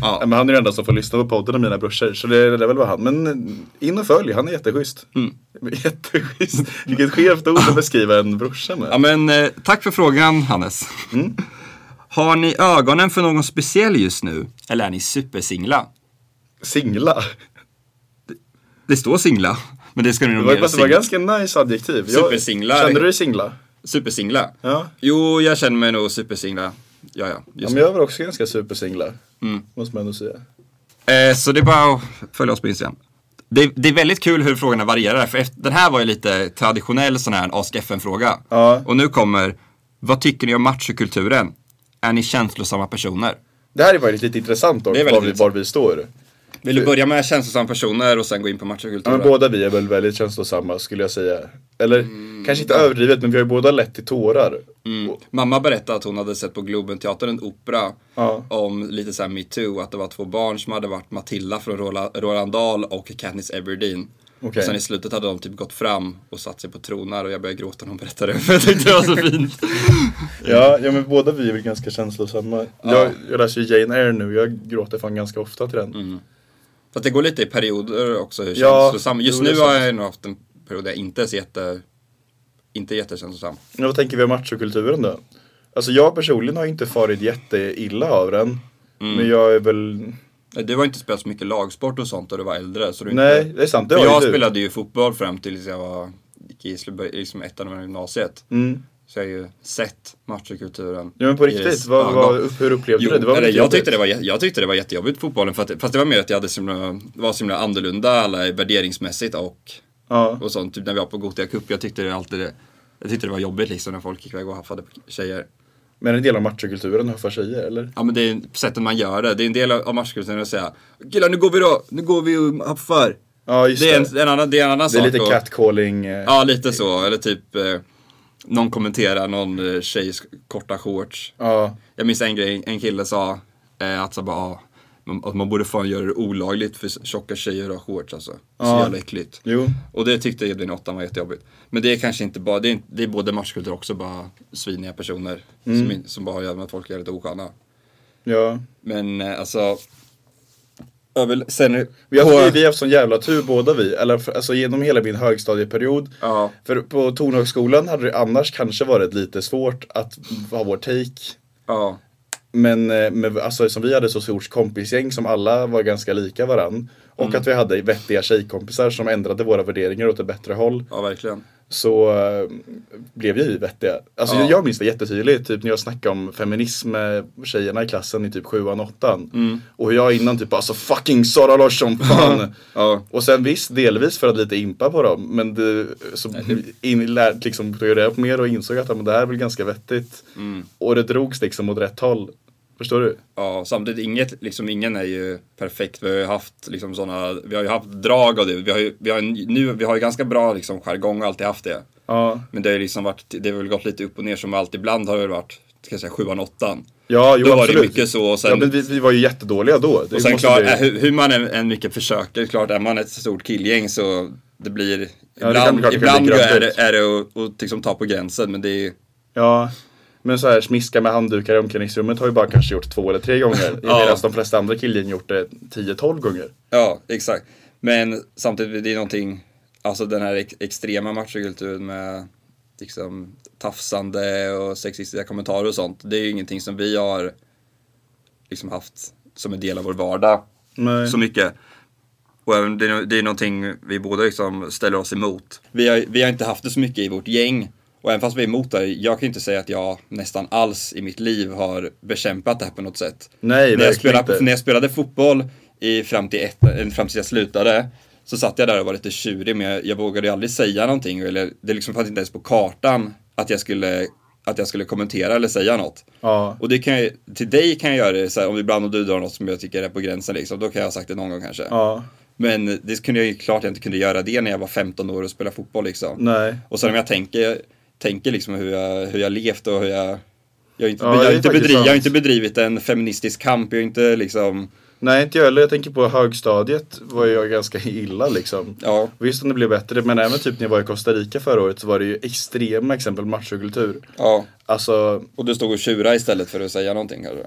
S4: Ja.
S2: Nej, Men han är den enda som får lyssna på podden av mina brorsor. Så det, det är väl vad han. Men in och följ, han är jätteschysst.
S4: Mm.
S2: Jätteschysst. Vilket skevt ord att beskriva en brorsa med.
S4: Ja men eh, tack för frågan Hannes.
S2: Mm.
S4: Har ni ögonen för någon speciell just nu? Eller är ni supersingla?
S2: Singla.
S4: Det står singla, men det ska ni
S2: Det
S4: nog
S2: var,
S4: mer
S2: fast det var
S4: singla.
S2: ganska nice adjektiv. Jag-
S4: Supersinglar.
S2: Känner du dig singla?
S4: Supersingla?
S2: Ja.
S4: Jo, jag känner mig nog supersingla. Ja, ja.
S2: ja
S4: Just
S2: men
S4: Mm. nu.
S2: jag var också ganska supersingla. Måste man ändå säga.
S4: eh, så det är bara att följa oss på Instagram. Det, det är väldigt kul hur frågorna varierar, för efter, den här var ju lite traditionell sån här Ask FN-fråga.
S2: Ja.
S4: Och nu kommer, vad tycker ni om machokulturen? Är ni känslosamma personer?
S2: Det här är faktiskt lite intressant dock,
S4: Det är väldigt
S2: var vi, var
S4: intressant.
S2: vi står.
S4: Vill du börja med känslosamma personer och sen gå in på
S2: Ja,
S4: machokulturen?
S2: men båda vi är väl väldigt känslosamma skulle jag säga. Eller
S4: Mm.
S2: kanske inte överdrivet men vi har ju båda lätt till tårar. Och-
S4: Mamma berättade att hon hade sett på Globenteatern en opera
S2: Ja.
S4: om lite såhär metoo, att det var två barn som hade varit Matilda från Rola- Roland Dahl och Katniss Everdeen.
S2: Okej.
S4: Och sen i slutet hade de typ gått fram och satt sig på tronar och jag började gråta när hon berättade det *laughs* för jag tyckte det var så fint.
S2: Ja, ja men båda vi är väl ganska känslosamma. Jag, jag läser ju Jane Eyre nu, jag gråter fan ganska ofta till den.
S4: Mm. Så att det går lite i perioder också hur
S2: Ja,
S4: känslosam. Just
S2: jo, det är
S4: nu har jag nog haft en period där jag inte är så jätte, inte jättekänslosam.
S2: Men vad tänker vi om machokulturen då? Alltså jag personligen har ju inte farit jätteilla av den.
S4: Mm.
S2: Men jag är väl,
S4: Du har inte spelat så mycket lagsport och sånt när du var äldre. Så du
S2: nej
S4: inte...
S2: det är sant, det
S4: För
S2: har
S4: jag
S2: ju du.
S4: spelade ju fotboll fram tills jag var, gick i slutbe- liksom ettan av gymnasiet.
S2: Mm.
S4: Så jag har ju sett machokulturen.
S2: Ja men på
S4: i dess
S2: riktigt, vad,
S4: ögon.
S2: vad, hur upplevde
S4: Jo,
S2: du det? det? var väl
S4: eller,
S2: lite
S4: jag,
S2: jobbigt.
S4: tyckte det var, jä- jag tyckte det var jättejobbigt fotbollen, för att, fast det var mer att jag hade så himla, var så himla annorlunda alla värderingsmässigt och,
S2: Ja.
S4: och sånt. Typ när vi var på Gothia Cup, jag tyckte det alltid det, jag tyckte det var jobbigt liksom när folk gick iväg och haffade på tjejer.
S2: Men en del av machokulturen har för tjejer, eller?
S4: Ja men det är sättet man gör det. Det är en del av matchkulturen att säga Killar nu går vi då, nu går vi och uppför.
S2: Ja, just
S4: Det
S2: det.
S4: är en, en annan, det är en annan
S2: Det är
S4: sak.
S2: lite
S4: och-
S2: catcalling. eh,
S4: Ja lite så, eller typ eh, någon kommenterar någon eh, tjejs korta shorts.
S2: Ja.
S4: Jag minns en grej, en kille sa eh, att, så bara, ah, man- att man borde fan göra det olagligt för tjocka tjejer att ha shorts alltså. Så
S2: Ja.
S4: jävla äckligt.
S2: Jo.
S4: Och det tyckte Edvin 8 var jättejobbigt. Men det är kanske inte bara, det är, det är både matchkultur och också bara sviniga personer.
S2: Mm.
S4: Som, in- som bara har att göra med att folk är lite osköna.
S2: Ja.
S4: Men eh, alltså, över, sen
S2: Vi har,
S4: på,
S2: vi har haft sån jävla tur båda vi, eller för, alltså genom hela min högstadieperiod.
S4: Ja.
S2: För på Tornhögskolan hade det annars kanske varit lite svårt att ha vår take.
S4: ja,
S2: Men eh, med, alltså, som vi hade så stort kompisgäng som alla var ganska lika varann. Och
S4: Mm.
S2: att vi hade vettiga tjejkompisar som ändrade våra värderingar åt ett bättre håll.
S4: ja verkligen.
S2: så eh, blev ju vi vettiga. Alltså
S4: Ja.
S2: jag minns det jättetydligt, typ när jag snackade om feminism med tjejerna i klassen i typ sjuan, åttan.
S4: Mm.
S2: Och hur jag innan typ alltså fucking Sara Larsson, fan!
S4: *laughs* Ja.
S2: Och sen visst, delvis för att lite impa på dem, men det, så in, lär, liksom, tog jag reda på mer och insåg att ja, men det här är väl ganska vettigt.
S4: Mm.
S2: Och det drogs liksom åt rätt håll. Förstår du?
S4: Ja, samtidigt inget, liksom ingen är ju perfekt. Vi har ju haft liksom såna, vi har ju haft drag av det. Vi har ju, vi har, ju- nu, vi har ju ganska bra liksom jargong och alltid haft det.
S2: Ja,
S4: Men det har ju liksom varit, det har väl gått lite upp och ner som allt. Ibland har det varit, ska jag säga sjuan, åttan.
S2: ja jo
S4: Då var det
S2: absolut.
S4: mycket så och sen-
S2: Ja, men vi, vi var ju jättedåliga då. Det
S4: Och sen
S2: måste
S4: klart,
S2: vi-
S4: eh, hur, hur man än, än mycket försöker, klart är man ett stort killgäng så det blir,
S2: kan-
S4: ibland,
S2: klart det kan
S4: ibland
S2: bli grönt
S4: är, det,
S2: ut.
S4: är det att, att liksom ta på gränsen. Men det är,
S2: Ja, men så här smiska med handdukar i omklädningsrummet har ju bara kanske gjort två eller tre gånger.
S4: Ja.
S2: Medan de flesta andra killen gjort det 10-12 gånger.
S4: ja exakt. Men samtidigt, det är någonting, alltså den här ex- extrema machokulturen med liksom tafsande och sexistiska kommentarer och sånt. Det är ju ingenting som vi har liksom haft som en del av vår vardag.
S2: Nej.
S4: så mycket. Och även, det, är, det är någonting vi båda liksom ställer oss emot. Vi har, vi har inte haft det så mycket i vårt gäng. Och även fast vi är emot det, jag kan ju inte säga att jag nästan alls i mitt liv har bekämpat det här på något sätt.
S2: Nej,
S4: när jag,
S2: verkligen
S4: spelade,
S2: inte.
S4: när jag spelade fotboll i, fram, till ett, eller fram tills jag slutade så satt jag där och var lite tjurig men jag, jag vågade ju aldrig säga någonting. Eller, det liksom fanns inte ens på kartan att jag skulle, att jag skulle kommentera eller säga något.
S2: Ja.
S4: Och det kan jag, till dig kan jag göra det så här, om ibland om du drar något som jag tycker är på gränsen liksom, då kan jag ha sagt det någon gång kanske.
S2: Ja,
S4: Men det kunde jag ju klart jag inte kunde göra det när jag var 15 år och spelade fotboll liksom.
S2: nej.
S4: Och sen om jag tänker, tänker liksom hur jag, hur jag levt och hur jag jag har, inte,
S2: Ja, det
S4: jag, har
S2: är
S4: inte
S2: faktiskt
S4: bedrivit, jag har
S2: sant.
S4: inte bedrivit en feministisk kamp, jag har inte liksom,
S2: Nej, inte jag heller. Jag tänker på högstadiet var jag ganska illa liksom.
S4: ja,
S2: Visst om det blev bättre, men även typ när jag var i Costa Rica förra året så var det ju extrema exempel machokultur.
S4: ja.
S2: Alltså,
S4: Och du stod och tjura istället för att säga någonting kanske?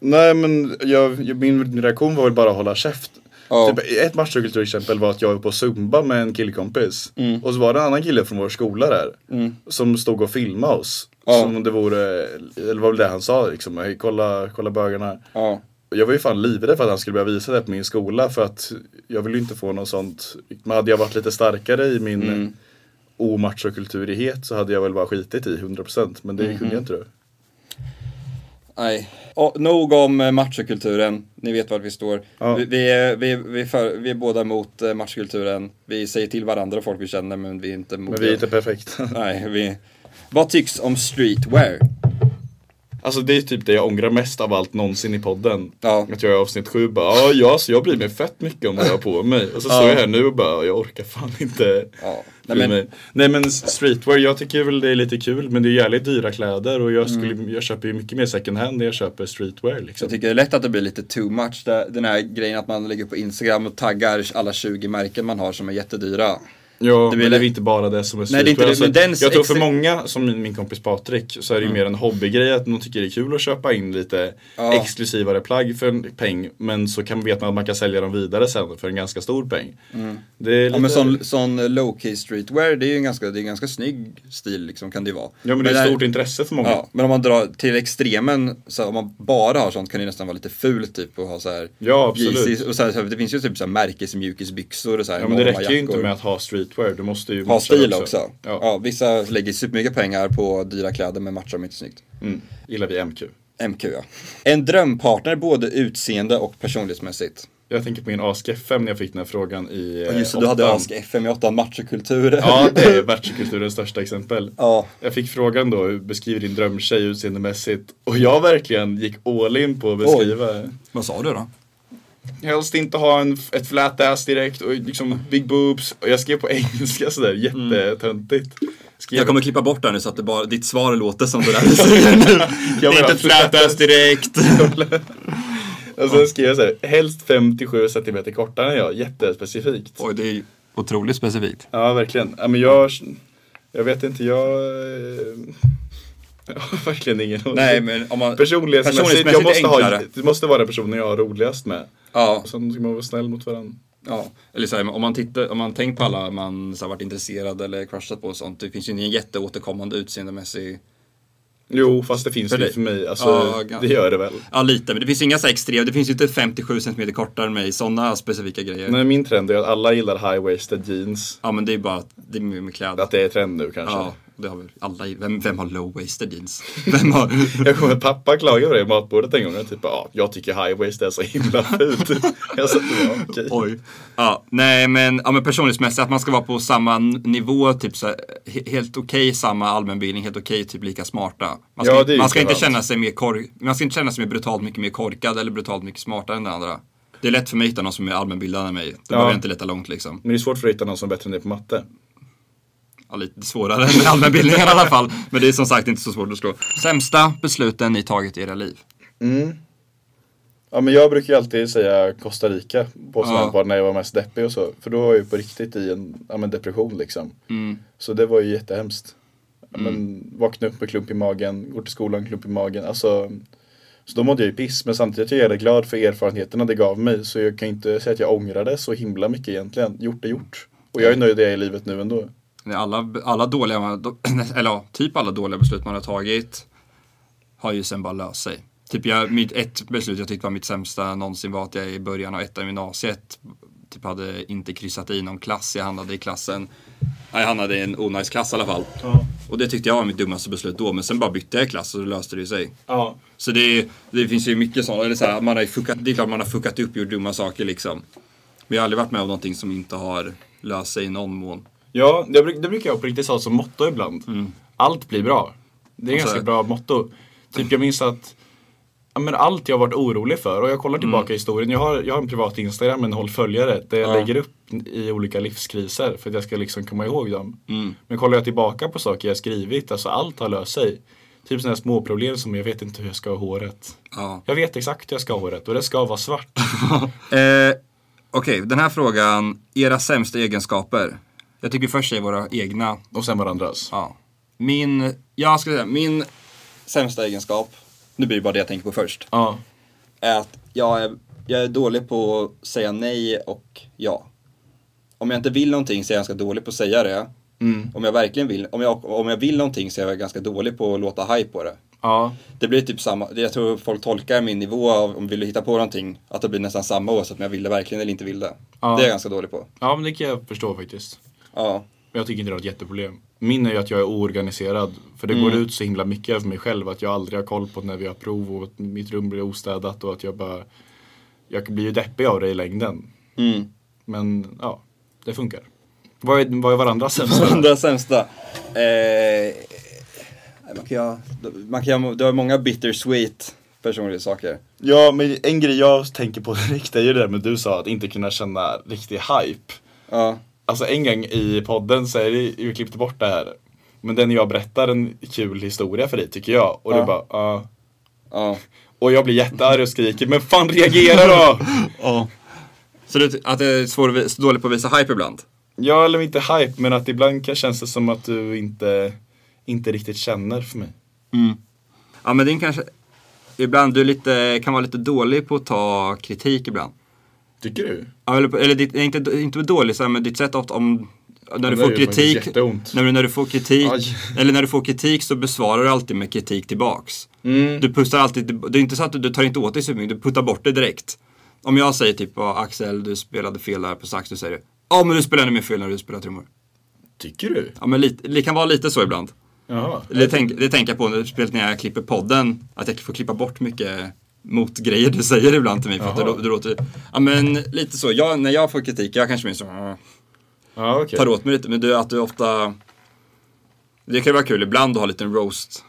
S2: nej men jag, jag- min reaktion var väl bara att hålla käft.
S4: Ja.
S2: Typ, ett machokulturexempel var att jag var på Zumba med en killkompis.
S4: Mm.
S2: Och så var det en annan kille från vår skola där. Som stod och filmade oss.
S4: Ja.
S2: Som om det vore, eller vad var det han sa liksom. "Hej, Kolla, kolla bögarna.
S4: Ja.
S2: Och Jag var ju fan livrädd för att han skulle börja visa det på min skola. För att jag vill ju inte få något sånt. Men hade jag varit lite starkare i min mm. omachokulturighet så hade jag väl bara skitit i 100%. Men
S4: Mm,
S2: det kunde jag inte då.
S4: Nej. Och, nog om eh, machokulturen, ni vet var vi står.
S2: Ja.
S4: Vi, vi, är- vi, vi, är för, vi är båda emot eh, machokulturen, vi säger till varandra och folk vi känner men vi är inte emot
S2: Men vi är
S4: det.
S2: inte perfekta.
S4: Nej, vi... Vad tycks om streetwear?
S2: Alltså det är typ det jag ångrar mest av allt någonsin i podden.
S4: Ja.
S2: Att jag i avsnitt sju bara, ja jag, alltså, jag bryr mig fett mycket om vad jag har på mig. Och så står jag här nu och bara, jag orkar fan inte.
S4: Ja.
S2: Nej,
S4: Nej, men,
S2: men... Nej men streetwear, jag tycker väl det är lite kul men det är jävligt dyra kläder och jag, skulle,
S4: Mm.
S2: jag köper ju mycket mer second hand när jag köper streetwear liksom.
S4: jag tycker det är lätt att det blir lite too much, det- den här grejen att man lägger upp på Instagram och taggar alla 20 märken man har som är jättedyra.
S2: Ja,
S4: Det
S2: det
S4: blir
S2: men det är
S4: lä-
S2: väl inte bara det som är
S4: Nej, det är inte det, men
S2: Alltså,
S4: den
S2: jag tror för
S4: extre-
S2: många, som min, min kompis Patrik, så är det ju mer en hobbygrej att de tycker det är kul att köpa in lite
S4: Ja.
S2: exklusivare plagg för en peng. Men så kan, vet man att man kan sälja dem vidare sen för en ganska stor peng. Det är lite...
S4: Mm. Ja men sån, sån low key streetwear, det är ju en ganska, det är en ganska snygg stil liksom kan det ju vara.
S2: Ja men det är
S4: här-
S2: ett stort intresse för många.
S4: Ja, men om man drar till extremen, så om man bara har sånt kan det nästan vara lite fult typ att ha så här
S2: Ja, absolut.
S4: Yeezys och så här, så här, det finns ju typ så här märkesmjukisbyxor och så här
S2: Ja men det
S4: enorma
S2: räcker ju inte
S4: jackor.
S2: med att ha streetwear, du måste ju
S4: ha
S2: matcha
S4: stil
S2: det
S4: också.
S2: Ja.
S4: Ja. vissa lägger supermycket pengar på dyra kläder men matchar dem inte snyggt.
S2: Mm. Gillar vi MQ.
S4: MQ ja. En drömpartner både utseende och personlighetsmässigt.
S2: Jag tänker på min ASK FM när jag fick den här frågan i
S7: Ja, just det,
S2: eh,
S7: du hade
S2: åttan.
S7: ASK FM i åttan, matchkulturer.
S4: *laughs*
S2: Ja, det är världskulturens största exempel.
S7: ja.
S2: Jag fick frågan då, beskriv din drömtjej utseendemässigt. Och jag verkligen gick all in på att beskriva.
S4: Vad sa du då?
S2: Helst inte ha en, ett flat ass direkt och liksom big boobs. Och jag skrev på *laughs* engelska sådär, jättetöntigt. Skrev,
S4: Jag kommer klippa bort det här nu så att det bara, ditt svar låter som det där
S2: *laughs*
S4: du säger nu.
S2: jag
S4: Det är
S2: vill ha
S4: inte ett flat ass direkt.
S2: *laughs* Och sen skrev jag såhär, helst 57 centimeter kortare än jag, jättespecifikt.
S4: Oj, det är otroligt specifikt.
S2: Ja, verkligen. Ja, men jag, jag vet inte, jag... eh, *laughs* Jag har verkligen ingen
S7: Nej, men om man...
S2: Personlighetsmässigt, jag
S7: Personlighetsmässigt
S2: måste ha,
S7: enklare.
S2: det måste vara den personen jag har roligast med.
S7: Ja,
S2: Och sen ska man vara snäll mot varandra.
S7: ja.
S4: Eller så här, om man tittar, om man tänkt på alla man så här, varit intresserad eller crushat på och sånt. Det finns ju ingen jätteåterkommande utseendemässig.
S2: Jo, fast det finns
S4: För
S2: ju
S4: dig.
S2: för mig. Alltså,
S4: Ja, gan-
S2: det gör det väl.
S4: Ja lite, men det finns ju inga så här extrema, det finns ju inte 57 cm kortare än mig, sådana specifika grejer.
S2: Nej, min trend är att alla gillar high-waisted jeans.
S4: Ja men det är bara, att- det är med med kläder.
S2: Att det är trend nu kanske.
S4: Ja, det har vi alla i- vem, vem har low-waisted jeans? Vem har...
S2: Jag kommer pappa klagade på det i matbordet en gång. Jag typ bara, ja, jag tycker high-waisted är så himla fult. *laughs* jag sa, ja, okej.
S4: Oj. Ja, nej men, ja, men personlighetsmässigt att man ska vara på samma n- nivå, typ så här, he- helt okej samma allmänbildning, helt okej typ lika smarta. Man ska,
S2: Ja, det är ju
S4: man ska inte
S2: skönt.
S4: känna sig mer kork, man ska inte känna sig mer brutalt mycket mer korkad eller brutalt mycket smartare än den andra. Det är lätt för mig att hitta någon som är allmänbildad än mig. Då behöver jag inte leta långt liksom.
S2: Men det är svårt för att hitta någon som är bättre än dig på matte.
S4: Ja, lite svårare än *laughs* allmänbildningen i alla fall. Men det är som sagt inte så svårt att slå. Sämsta besluten ni tagit i era liv?
S2: Ja, men jag brukar ju alltid säga Costa Rica på sådana
S4: Ja.
S2: här par när jag var mest deppig och så. För då var jag ju på riktigt i en ja, men depression liksom. Så det var ju jättehemskt. Ja, Men vakna upp med klump i magen, går till skolan klump i magen. Alltså, så då mådde jag ju piss. Men samtidigt är jag jävla glad för erfarenheterna det gav mig. Så jag kan inte säga att jag ångrar det så himla mycket egentligen. Gjort är gjort. Och jag är nöjd där jag är i livet nu ändå.
S4: Nej, Alla, alla dåliga, *clears throat* eller ja, typ alla dåliga beslut man har tagit har ju sen bara löst sig. Typ jag, mitt ett beslut jag tyckte var mitt sämsta någonsin var att jag i början av ettan i gymnasiet typ hade inte kryssat i någon klass. Jag hamnade i klassen, nej, jag hamnade i en onajs klass i alla fall. Och det tyckte jag var mitt dummaste beslut då, men sen bara bytte jag klass och då löste det ju sig.
S2: Ja.
S4: Så det, det finns ju mycket sånt. Eller så här, man har ju fuckat, det är klart man har fuckat upp och gjort dumma saker liksom. Men jag har aldrig varit med om någonting som inte har löst sig i någon mån.
S2: Ja, det, bruk- det brukar jag på riktigt ha som motto ibland.
S4: Mm.
S2: Allt blir bra. Det är ett
S4: så
S2: ganska
S4: är-
S2: bra motto. Typ jag minns att ja, men allt jag har varit orolig för och jag
S4: Mm.
S2: kollar tillbaka i historien. Jag har, jag har en privat Instagram med en håll följare där jag lägger upp i olika livskriser för att jag ska liksom komma ihåg dem.
S4: Mm.
S2: Men kollar jag tillbaka på saker jag skrivit, alltså allt har löst sig. Typ sådana här små problem som jag vet inte hur jag ska ha håret.
S4: Ja.
S2: Jag vet exakt hur jag ska ha håret och det ska vara
S4: *laughs*
S2: svart.
S4: Eh, Okej, den här frågan. Era sämsta egenskaper. Jag tycker först är våra egna.
S2: och sen varandras.
S4: Ja. Min, jag ska säga, min sämsta egenskap, nu blir det bara det jag tänker på först,
S2: Ja.
S4: är att jag är, jag är dålig på att säga nej och ja. Om jag inte vill någonting så är jag ganska dålig på att säga det. Om, jag verkligen vill, om, jag, om jag vill någonting så är jag ganska dålig på att låta haj på det.
S2: Ja.
S4: Det blir typ samma, jag tror folk tolkar min nivå av om vi vill hitta på någonting, att det blir nästan samma oavsett om jag vill det verkligen eller inte vill det. Det är jag ganska dålig på.
S2: ja, men det kan jag förstå faktiskt.
S4: Ja, *laughs*
S2: Men jag tycker inte det är ett jätteproblem. Min är ju att jag är oorganiserad. För det går ut så himla mycket för mig själv att jag aldrig har koll på när vi har prov och att mitt rum blir ostädat och att jag bara... Jag blir ju deppig av det i längden.
S4: Mm.
S2: Men ja, det funkar. Vad är, vad är *laughs* varandras sämsta?
S4: andra sämsta. Eh, man kan göra, man kan göra, du har många bittersweet personliga saker.
S2: ja, men en grej jag tänker på *laughs* direkt är ju det där med du sa att inte kunna känna riktig hype.
S4: Ja,
S2: Alltså en gång i podden så är det, vi klippte bort det här. Men den jag berättar en kul historia för dig tycker jag. Och
S4: Ja.
S2: du bara, ja.
S4: ja.
S2: Och jag blir jättearg och skriker, men fan reagera då!
S4: Så du, att det är svår, så dålig på att visa hype ibland?
S2: Ja, eller liksom inte hype, men att ibland kan känns det som att du inte, inte riktigt känner för mig.
S4: Ja, men din kanske, ibland, du är lite, kan vara lite dålig på att ta kritik ibland.
S2: Tycker du?
S4: Ja, eller, eller ditt, nej, inte, inte dålig, så här, men ditt sätt att om, när du
S2: det
S4: får
S2: gör faktiskt
S4: kritik,
S2: jätteont.
S4: när, du- när du får kritik,
S2: Aj.
S4: eller när du får kritik så besvarar du alltid med kritik tillbaks.
S2: Mm.
S4: Du pussar alltid, det är inte så att du, du tar inte åt dig så mycket, du puttar bort det direkt. Om jag säger typ, "Ja, Axel du spelade fel där på sax, du säger ja men du spelar ännu mer fel när du spelar trummor.
S2: Tycker du?
S4: Ja men lite, det kan vara lite så ibland.
S2: Jaha.
S4: Det, tänk, det tänker jag på när, speciellt när jag klipper podden, att jag får klippa bort mycket mot grejer du säger ibland till mig. För att det, lå- det låter, ja men lite så, jag, när jag får kritik, jag kanske minns så, "Ah,
S2: Ja, okej.
S4: tar åt mig lite. Men du, att du ofta, det kan ju vara kul ibland att ha en liten roast.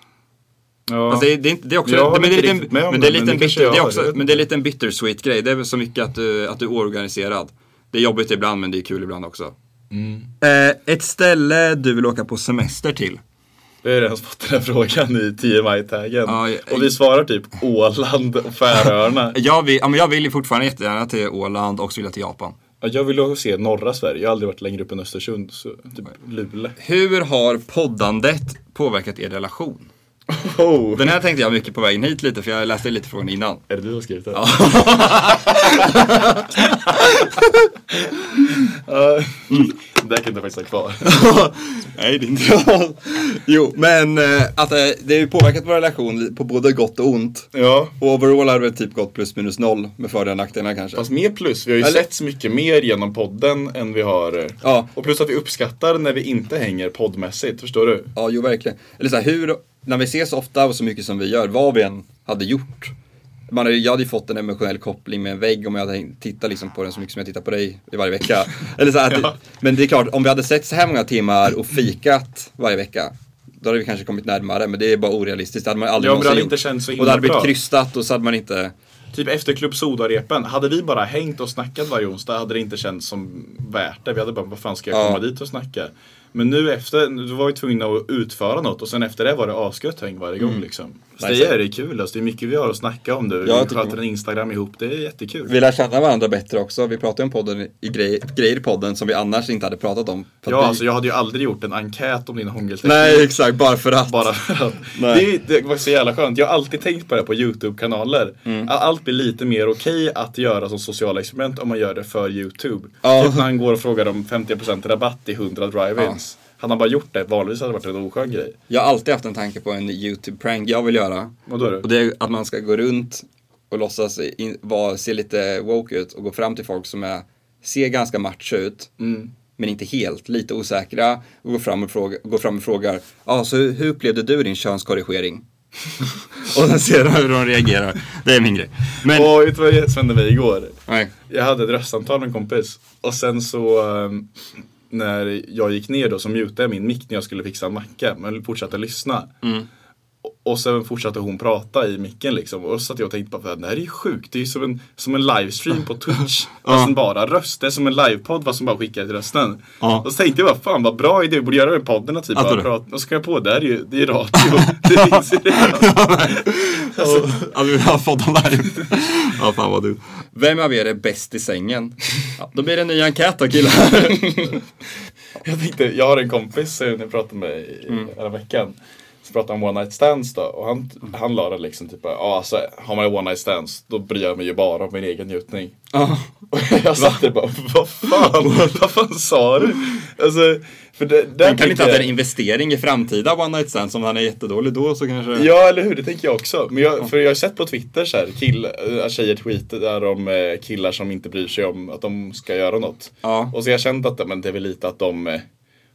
S2: Ja.
S4: Fast det, är- det, är inte- det är också,
S2: Jag håller
S4: men det är
S2: inte
S4: lite,
S2: riktigt med om
S4: men det är
S2: det, men
S4: lite
S2: det
S4: en
S2: kanske
S4: bitter,
S2: jag
S4: det är
S2: har,
S4: också,
S2: jag vet
S4: men det är lite en bittersweet grej. Det är väl så mycket att du, att du är oorganiserad. Det är jobbigt ibland, men det är kul ibland också.
S2: Mm.
S4: Eh, ett ställe du vill åka på semester till?
S2: Vi har ju redan fått den här frågan i TMI-taggen.
S4: Ja, jag-
S2: Och vi svarar typ Åland och Färöarna.
S4: Jag vill, ja, men jag vill ju fortfarande jättegärna till Åland och så vill jag till Japan.
S2: *laughs* Ja, jag vill ju se norra Sverige. Jag har aldrig varit längre upp än Östersund. Så typ Luleå.
S4: Hur har poddandet påverkat er relation?
S2: Oh.
S4: Den här tänkte jag mycket på vägen hit lite, för jag läste lite frågan innan.
S2: Är det du som har skrivit det? *laughs* *laughs* Det där kunde jag faktiskt ha kvar.
S4: Nej, det är inte jag. Jo, men eh, att eh, det har ju påverkat vår relation på både gott och ont.
S2: Ja.
S4: Och overall har det väl typ gått plus minus noll med fördelar och nackdelar kanske.
S2: Fast mer plus. Vi har ju
S4: Eller-
S2: sett så mycket mer genom podden än vi har. eh,
S4: Ja.
S2: Och plus att vi uppskattar när vi inte hänger poddmässigt. Förstår du?
S4: Ja, jo verkligen. Eller så här, hur, när vi ses ofta och så mycket som vi gör, vad vi än hade gjort. Man hade, jag hade ju fått en emotionell koppling med en vägg om jag hade hängt- tittat liksom på den så mycket som jag tittar på dig i varje
S2: *laughs*
S4: vecka. Eller så här, att, Men det är klart, om vi hade sett så här många timmar och fikat varje vecka, då hade vi kanske kommit närmare. Men det är bara orealistiskt, det hade man aldrig
S2: Ja, men det hade
S4: någonsin
S2: inte känts så
S4: gjort.
S2: himla
S4: Och det hade blivit
S2: bra.
S4: krystat och så hade man inte...
S2: Typ efter Klubb Soda-repen, hade vi bara hängt och snackat varje onsdag hade det inte känts som värt det. Vi hade bara, vad fan ska jag
S4: Ja.
S2: komma dit och snacka? Men nu efter, du var ju tvungna att utföra något och sen efter det var det asgött häng varje gång liksom. Så
S4: Nej,
S2: det
S4: så-
S2: är det kul alltså, det är mycket vi har att snacka om nu.
S4: jag
S2: Vi
S4: tycker
S2: sköter
S4: det.
S2: en Instagram ihop, det är jättekul.
S4: Vi lär känna varandra bättre också. Vi pratar ju om podden i grej, grejer i podden som vi annars inte hade pratat om. För att
S2: Ja,
S4: vi...
S2: alltså jag hade ju aldrig gjort en enkät om din hångelteknik.
S4: Nej, exakt, bara för att.
S2: Bara för att.
S4: Nej.
S2: Det, är- det var så jävla skönt. Jag har alltid tänkt på det här på YouTube-kanaler.
S4: Mm.
S2: Att allt blir lite mer okej att göra som sociala experiment om man gör det för YouTube.
S4: Ja.
S2: Typ när han går och frågar om 50% rabatt i 100 drive-ins. Han har bara gjort det. Vanligtvis hade det varit en oskön grej.
S4: Jag har alltid haft en tanke på en YouTube-prank jag vill göra.
S2: Vad då är det?
S4: Och det är att man ska gå runt och låtsas in, vara, se lite woke ut och gå fram till folk som är, ser ganska macho ut.
S2: Mm.
S4: Men inte helt, lite osäkra. Och gå fram och, fråga, gå fram och frågar, ja så hur hur upplevde du din könskorrigering? *laughs* och sen ser de hur de reagerar. Det är min grej. Men,
S2: Åh, vet du vad det som hände mig igår?
S4: nej.
S2: Jag hade ett röstsamtal med en kompis. Och sen så ehm, när jag gick ner då så mutade jag min mick när jag skulle fixa en macka. Men fortsatte lyssna.
S4: Mm.
S2: Och- Och sen fortsatte hon prata i micken liksom. Och så satt jag och tänkte bara, det här är ju sjukt. Det är ju som en, som en livestream på
S4: *laughs*
S2: Twitch. Fast bara röst. Det är som en livepodd fast som bara skickar till rösten.
S4: Ja.
S2: Och så tänkte jag bara, fan vad bra idé. Vi borde göra det med podden. att Typ,
S4: Alltså
S2: bara
S4: det.
S2: prata. Och så kom jag på, det här är ju, det är ju radio. *laughs* det
S4: *laughs*
S2: finns ju redan.
S4: Alltså vi har fått dem live. ja, fan vad du. Vem av er är bäst i sängen? Ja, då blir det en ny enkät då killar.
S2: Jag tänkte, jag har en kompis som jag pratade med i
S4: Mm.
S2: i förra veckan. Så pratade han om one night stands då och han,
S4: Mm.
S2: han la det liksom typ ja alltså har man en one night stands då bryr jag mig ju bara om min egen njutning. *laughs*
S4: Ja.
S2: Och jag satt där bara, vad fan, *laughs* vad fan sa du? Alltså, för det, där
S4: Han kan inte
S2: tycker
S4: ha
S2: jag-
S4: en investering i framtida one night stands om han är jättedålig då så kanske.
S2: Ja eller hur, det tänker jag också. Men jag, för jag har sett på Twitter så här, kill, äh, tjejer tweetar om eh, killar som inte bryr sig om att de ska göra något.
S4: Ja.
S2: Och så har jag känt att men det är väl lite att de, eh,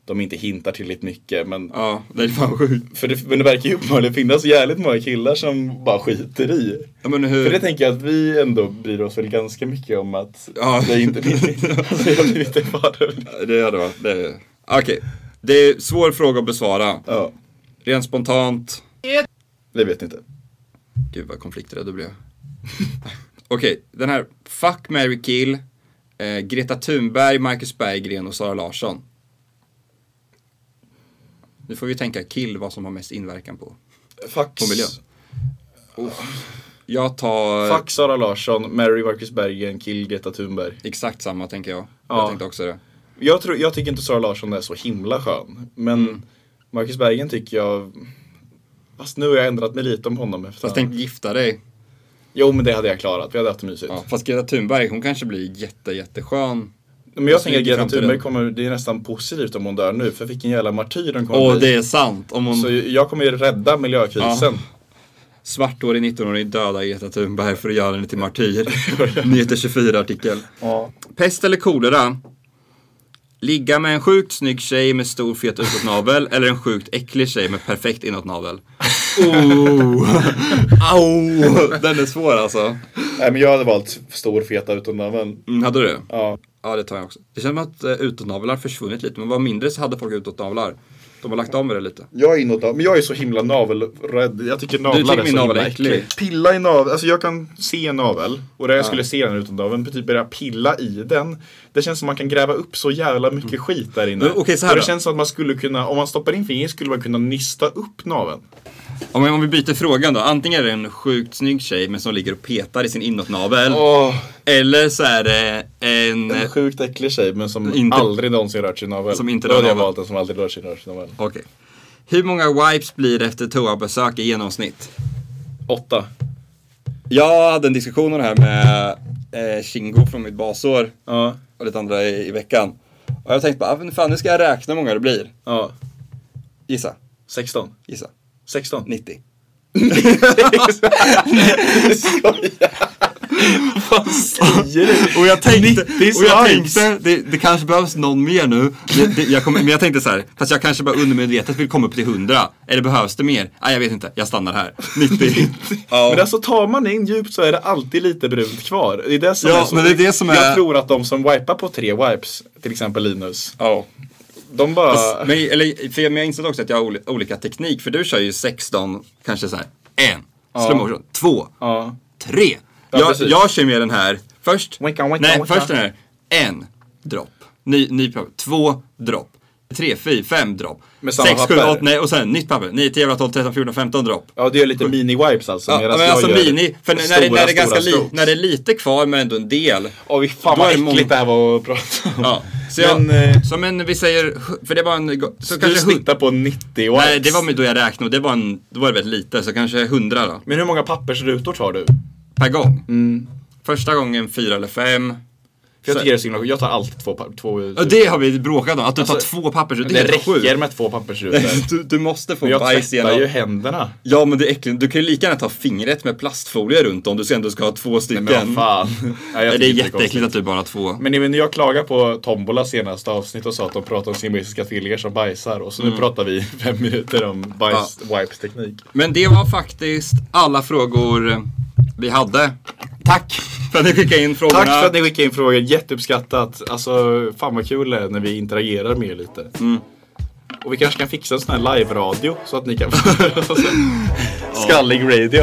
S2: de inte hintar tillräckligt mycket men
S4: Ja, det är fan sjukt.
S2: För det, men det verkar ju uppenbarligen finnas jävligt många killar som bara skiter i.
S4: Ja, men
S2: För det
S4: hur?
S2: tänker jag att vi ändå bryr oss väl ganska mycket om att
S4: Ja.
S2: det inte alltså, jag blir lite varm.
S4: Det är det va? Det är... Okej. Det är svår fråga att besvara.
S2: Ja,
S4: Rent spontant.
S2: det vet inte.
S4: Gud vad konflikträdd du blev. *laughs* Okej, den här. Fuck, Mary kill. Eh, Greta Thunberg, Marcus Berggren och Sara Larsson. Nu får vi tänka kill vad som har mest inverkan på.
S2: Fax.
S4: På miljön. Jag tar
S2: Fax Sara Larsson, Mary Marcus Bergen, Kill Greta Thunberg.
S4: exakt samma tänker jag. Jag
S2: Ja.
S4: tänkte också det.
S2: Jag, tror, jag tycker inte Sara Larsson är så himla skön. Men
S4: Mm.
S2: Marcus Bergen tycker jag... Fast nu har jag ändrat mig lite om honom efter
S4: Fast tänk gifta dig.
S2: Jo men det hade jag klarat, vi hade haft det mysigt.
S4: Ja, fast Greta Thunberg, hon kanske blir jätte, jätteskön.
S2: Men jag
S4: Så
S2: tänker att
S4: gick
S2: Greta
S4: fram till
S2: Thunberg
S4: den.
S2: kommer, det är nästan positivt om hon dör nu för vilken jävla martyr hon kommer
S4: Åh,
S2: bli.
S4: det är sant. Om hon
S2: Så jag kommer ju rädda miljökrisen.
S4: svartårig 19-åring dödar Greta Thunberg för att göra henne till martyr. *laughs* Nyheter 24-artikel. Pest eller kolera? Ligga med en sjukt snygg tjej med stor fet utåtnavel eller en sjukt äcklig tjej med perfekt inåtnavel? Au! Den är svår alltså.
S2: Nej men jag hade valt stor feta utan naveln.
S4: Mm, hade du?
S2: Ja.
S4: Ja, det tar jag också. Det känns som att eh, utåtnavlar försvunnit lite, men vad mindre så hade folk utåtnavlar. De har lagt av med det lite.
S2: Jag är inåt, men jag är så himla navelrädd. Jag tycker navlar
S4: tycker
S2: är
S4: min
S2: så
S4: navel
S2: himla
S4: är äcklig.
S2: äcklig. Pilla i navel, alltså jag kan se en navel. Och där jag skulle se den utan naveln, typ börja pilla i den. Det känns som man kan gräva upp så jävla mycket skit där inne.
S4: Mm. Men okej, så här
S2: och det
S4: då.
S2: känns som att man skulle kunna, om man stoppar in fingret skulle man kunna nysta upp naveln.
S4: Om, om vi byter frågan då. Antingen är det en sjukt snygg tjej men som ligger och petar i sin inåtnavel.
S2: Åh,
S4: Eller så är det en... eh,
S2: en sjukt äcklig tjej men som
S4: Inte-
S2: aldrig någonsin rört sin navel.
S4: Som inte
S2: Då hade
S4: rör
S2: jag
S4: naveln.
S2: valt den som aldrig rör sin, rör sin navel.
S4: Okej. Hur många wipes blir det efter toabesök i genomsnitt?
S2: Åtta.
S4: Jag hade en diskussion om det här med eh, Shingo från mitt basår
S2: Ja,
S4: och lite andra i, i veckan. Och jag tänkte bara, ah, men fan nu ska jag räkna hur många det blir.
S2: ja.
S4: Gissa,
S2: 16.
S4: gissa.
S2: 16.
S4: 90. Och jag tänkte, och jag tänkte det, det kanske behövs någon mer nu. Det, det, jag kommer, men jag tänkte så här, fast jag kanske bara undermedvetet vill komma upp till 100. Eller behövs det mer? Nej, jag vet inte. Jag stannar här. 90. *laughs* ja.
S2: Men alltså tar man in djupt så är det alltid lite brunt kvar. Det är det som
S4: Ja,
S2: är så.
S4: men det är det som är-
S2: Jag tror att de som wipar på tre wipes, till exempel Linus,
S4: ja.
S2: de bara...
S4: Fast, men, eller, för jag, men jag insåg också att jag har oli- olika teknik. För du kör ju 16, kanske så här, en, slow motion, två,
S2: Ja.
S4: tre.
S2: Ja,
S4: jag,
S2: precis.
S4: jag kör med den här, först,
S2: Wicka, wicka,
S4: nej,
S2: wicka.
S4: först den här, en, dropp, ny, ny papper, två, dropp, tre, fyra, fem, dropp,
S2: Med samma
S4: sex, sju,
S2: papper.
S4: åtta, nej, och sen nytt papper, nio, tio, elva, tolv, tretton, fjorton, femton dropp.
S2: Ja, du gör lite mini-wipes alltså.
S4: Ja,
S2: medan
S4: men
S2: jag
S4: alltså
S2: gör
S4: mini, för när, när, det- när, det är
S2: stora
S4: ganska li,
S2: strokes.
S4: när det är lite kvar men ändå en del.
S2: Åh, fy fan
S4: då
S2: vad
S4: är det
S2: äckligt
S4: många-
S2: det här var att prata om.
S4: Ja, så jag,
S2: Men, eh,
S4: som en, vi säger, hu- för det var en, go- så
S2: Du
S4: kanske hu-
S2: snittar på 90 wipes.
S4: Nej, det var med då jag räknade och det var en, då var det väldigt lite, så kanske 100 då.
S2: Men hur många pappersrutor tar du?
S4: Per gång.
S2: Mm.
S4: Första gången fyra eller fem.
S2: För jag
S4: Så-
S2: tycker det är så himla Jag tar alltid två, pa- två
S4: Ja, det har vi bråkat om, att du
S2: Alltså,
S4: tar två pappersrutor.
S2: det
S4: är helt sjukt.
S2: räcker med två
S4: *laughs*
S2: pappersrutor.
S4: Du, du måste få
S2: Men jag
S4: bajs
S2: tvättar ju
S4: igenom.
S2: händerna.
S4: Ja men det är äckligt, du kan ju lika gärna ta fingret med plastfolie runt om, du ska ändå ska ha två stycken.
S2: Men vad fan. Ja, jag
S4: Nej,
S2: tycker
S4: det är
S2: inte konstigt.
S4: jätteäckligt att du bara har två.
S2: Men även jag klagade på Tombola senaste avsnitt och sa att de pratar om siamesiska tvillingar som bajsar och så
S4: Mm.
S2: nu pratar vi fem minuter om bajs, wipes teknik.
S4: Men det var faktiskt alla frågor vi hade. Tack för att ni skickade in frågorna.
S2: Tack för att ni skickade in frågor, jätteuppskattat. Alltså fan vad kul det är när vi interagerar med er lite. Och vi kanske kan fixa en sån här live-radio så att ni kan få *laughs* Skallig radio.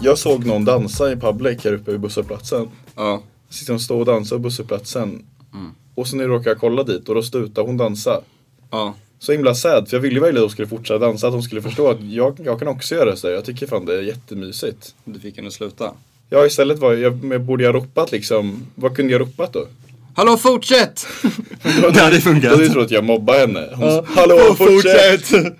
S2: Jag såg någon dansa i public här uppe vid busshållplatsen.
S4: Ja.
S2: sitter hon stå och dansa på busshållplatsen. Och sen råkar jag kolla dit och då slutar hon dansa.
S4: ja.
S2: Så himla sad, för jag ville ju verkligen att hon skulle fortsätta dansa, att hon skulle förstå att jag, jag kan också göra så här. Jag tycker fan det är jättemysigt.
S4: Du fick henne att sluta.
S2: Ja, istället var jag, men borde jag ropat liksom, vad kunde jag ropat
S4: *laughs*
S2: då? *laughs*
S4: Hallå fortsätt! det hade
S2: Då
S4: funkat.
S2: hade jag trott att jag mobbade henne. Hon sa, hallå
S4: *laughs*
S2: fortsätt!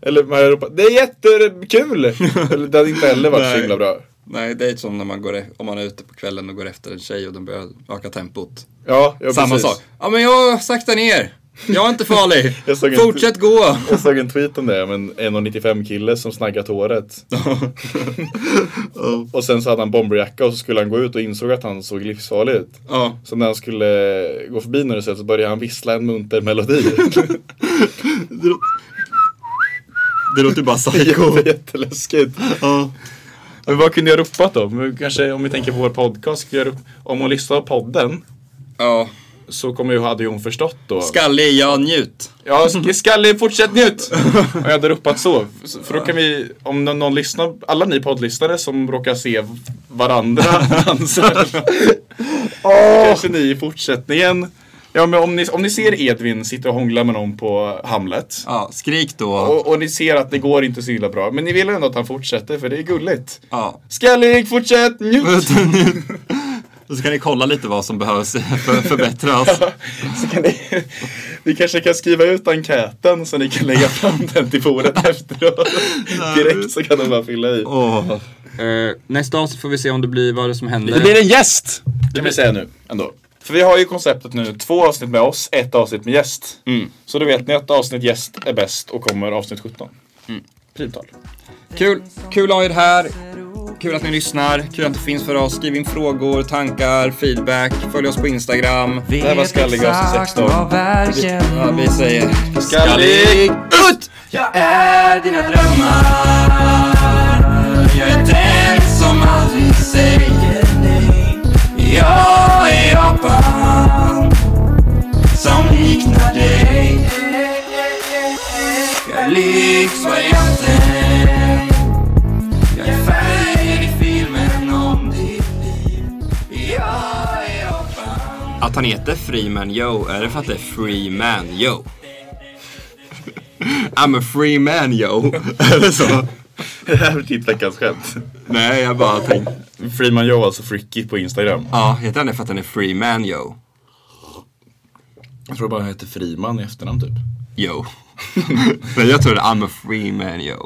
S2: Eller man hade ropat, det är jättekul! Eller, det hade inte heller varit så
S4: Nej.
S2: himla bra.
S4: Nej, det är som när man, går, e- om man är ute på kvällen och går efter en tjej och den börjar öka tempot.
S2: Ja, ja
S4: Samma
S2: precis.
S4: sak. Ja, men jag saktar ner. *laughs* Jag är inte farlig.
S2: Jag såg en-
S4: Fortsätt gå.
S2: Jag såg en tweet om det, om en 1,95 kille som snaggat
S4: *laughs*
S2: håret. och sen så hade han bomberjacka och så skulle han gå ut och insåg att han såg livsfarlig ut.
S4: Ja.
S2: Så när han skulle gå förbi när du så började han vissla en munter melodi.
S4: Det låter ju
S2: *laughs*
S4: bara psycho.
S2: Jätte- Jätteläskigt. Men vad kunde jag ropat då? Men Kanske om vi tänker på vår podcast. skulle jag rop- Om hon lyssnar på podden
S4: ja.
S2: så kommer ju, hade ju hon förstått då.
S4: Skallig, jag njut.
S2: Ja, sk- skalle, fortsätt njut! Och jag hade ropat så. För då kan vi, om nå- någon lyssnar, alla ni poddlyssnare som råkar se *laughs* varandra dansa. Kanske ni i fortsättningen. Ja, men om ni, om ni ser Edvin sitta och hångla med någon på Hamlet.
S4: Ja, skrik då.
S2: Och, och ni ser att det går inte så illa bra. Men ni vill ändå att han fortsätter för det är gulligt.
S4: Ja.
S2: Skallig, fortsätt, njut!
S4: Och så kan ni kolla lite vad som behövs för, förbättras.
S2: *laughs* Så kan ni, ni kanske kan skriva ut enkäten så ni kan lägga fram den till *laughs* foret efteråt. Direkt så kan de bara fylla i.
S4: Åh. *laughs* Eh, nästa avsnitt får vi se om det blir vad det som händer.
S2: en gäst! Det kan vi säga nu ändå. För vi har ju konceptet nu, två avsnitt med oss, ett avsnitt med gäst. Så då vet ni att avsnitt gäst är Mm. bäst och kommer avsnitt 17. Primtal.
S4: Kul, kul att ha er här. Kul att ni lyssnar, kul att det finns för oss. Skriv in frågor, tankar, feedback. Följ oss på Instagram. Det här var Skallig avsnitt 16. Ja, vi säger
S2: Skallig! *laughs*
S5: Jag är dina drömmar Jag är den som aldrig säger nej Jag är apan som liknar dig Jag är lyxvarianten Jag är färgen i filmen om ditt liv Jag är apan
S4: Att han heter Freeman Yo, är det för att det är Freeman Yo? *laughs* I'm a free man yo. *laughs* Är det så?
S2: Det här blir ditt veckans skämt.
S4: Nej, jag bara tänkte.
S2: Freeman Joe, alltså Fricky på Instagram.
S4: Ja, heter han det för att han är free man yo?
S2: Jag tror bara han heter Friman i
S4: *laughs*
S2: efternamn typ.
S4: Yo. Men jag tror det är I'm a free man yo.